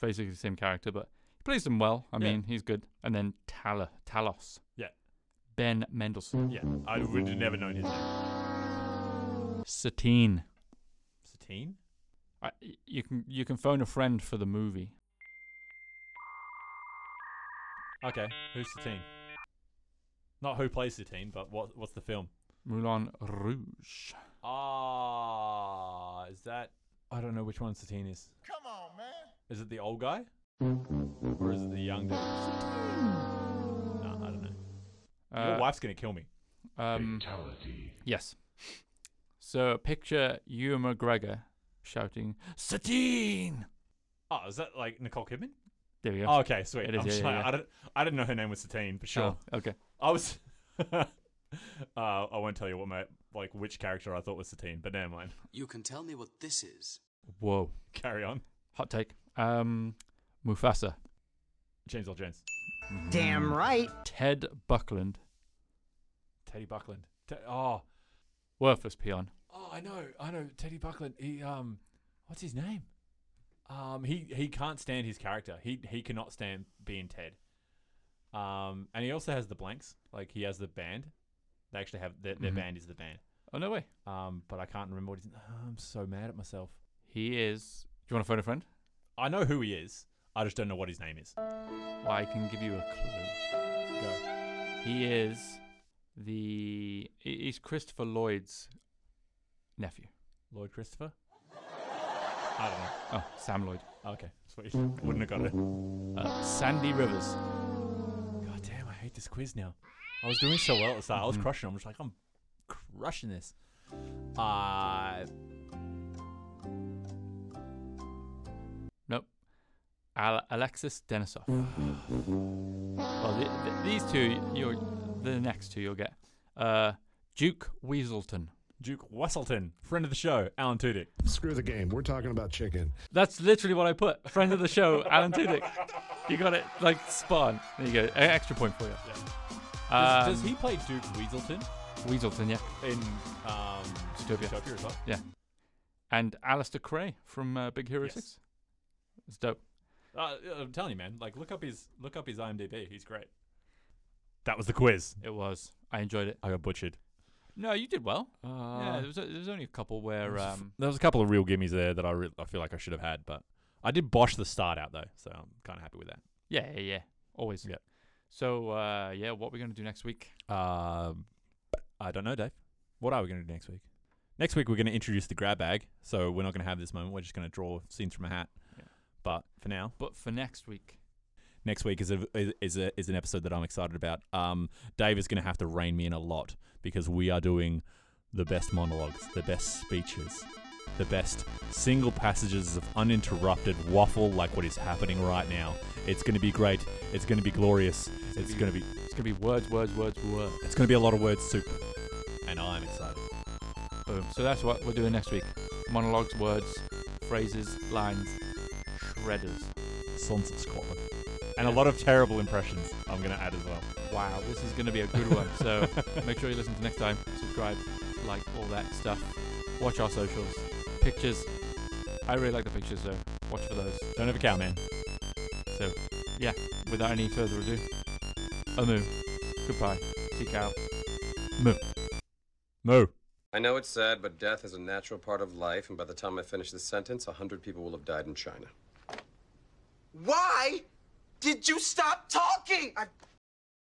Basically the same character, but he plays them well. I Yeah. mean, he's good. And then Tala Talos. Yeah. Ben Mendelsohn. Yeah. I would have never known his name. Satine. Satine. I, you can you can phone a friend for the movie. Okay. Who's Satine? Not who plays Satine, but what what's the film? Moulin Rouge. Ah, is that? I don't know which one Satine is. Come on, man! Is it the old guy? Or is it the young dude? No, I don't know. Your Uh, wife's gonna kill me. Um, Yes. So picture Ewan McGregor shouting Satine. Oh, is that like Nicole Kidman? There we go. Ah, Oh, okay, sweet. It is, I'm yeah, just yeah, like, yeah. I don't I didn't know her name was Satine, but sure. Oh, okay. I was uh, I won't tell you what my like which character I thought was Satine, but never mind. You can tell me what this is. Whoa. Carry on. Hot take. Um, Mufasa. James Earl Jones. Damn right. Ted Buckland. Teddy Buckland. Te- oh, Worthless peon. oh, I know, I know. Teddy Buckland. He um, What's his name? Um, he he can't stand his character. He he cannot stand being Ted. Um, and he also has the blanks. Like he has the band. They actually have their, their Mhm. band is the band. Oh no way. Um, but I can't remember what he's. I'm so mad at myself. He is. Do you want to phone a friend? I know who he is. I just don't know what his name is. Well, I can give you a clue. Go. He is the. he- He's Christopher Lloyd's nephew. Lloyd Christopher. I don't know. Oh, Sam Lloyd. Okay, sweet. Wouldn't have got it. Uh, Sandy Rivers. God damn, I hate this quiz now. I was doing so well at the start. I was crushing. it. I'm just like, I'm crushing this. Uh, Nope. Al- Alexis Denisov. well, the, th these two, you're the next two you'll get. Uh, Duke Weaselton. Duke Wesselton, friend of the show, Alan Tudyk. Screw the game. We're talking about chicken. That's literally what I put. Friend of the show, Alan Tudyk. You got it, like spawn. There you go. An extra point for you. Does, Um, does he play Duke Weaselton Weaselton, yeah. in um, Dystopia. Dystopia as well? Yeah. And Alistair Cray from uh, Big Hero 6. It's dope. Uh, I'm telling you, man. Like, look up his look up his IMDb. He's great. That was the quiz. It was. I enjoyed it. I got butchered. No, you did well. yeah, Uh, there was, there was only a couple where. Um, There was a couple of real gimmies there that I re- I feel like I should have had, but I did bosh the start out though, so I'm kind of happy with that. yeah, yeah, yeah. Always. Yeah. So, uh, yeah, what we're going to do next week? Um, I don't know, Dave. What are we going to do next week? Next week we're going to introduce the grab bag, so we're not going to have this moment. We're just going to draw scenes from a hat. But for now, But for next week, next week is a, is is, a, is an episode that I'm excited about. Um, Dave is going to have to rein me in a lot because we are doing the best monologues, the best speeches, the best single passages of uninterrupted waffle, like what is happening right now. It's going to be great. It's going to be glorious. It's going to be it's going to be words, words, words, words. it's going to be a lot of word soup, and I'm excited. Boom. So that's what we're doing next week. Monologues, words, phrases, lines, shredders. Sons of Scotland. And a lot of terrible impressions I'm going to add as well. Wow, this is going to be a good one. So make sure you listen to next time. Subscribe, like all that stuff. Watch our socials, pictures. I really like the pictures, so watch for those. Don't have a cow, man. So, yeah, without any further ado, Amu, goodbye. Peek out. Moo. I know it's sad, but death is a natural part of life, and by the time I finish this sentence, a hundred people will have died in China. Why did you stop talking? I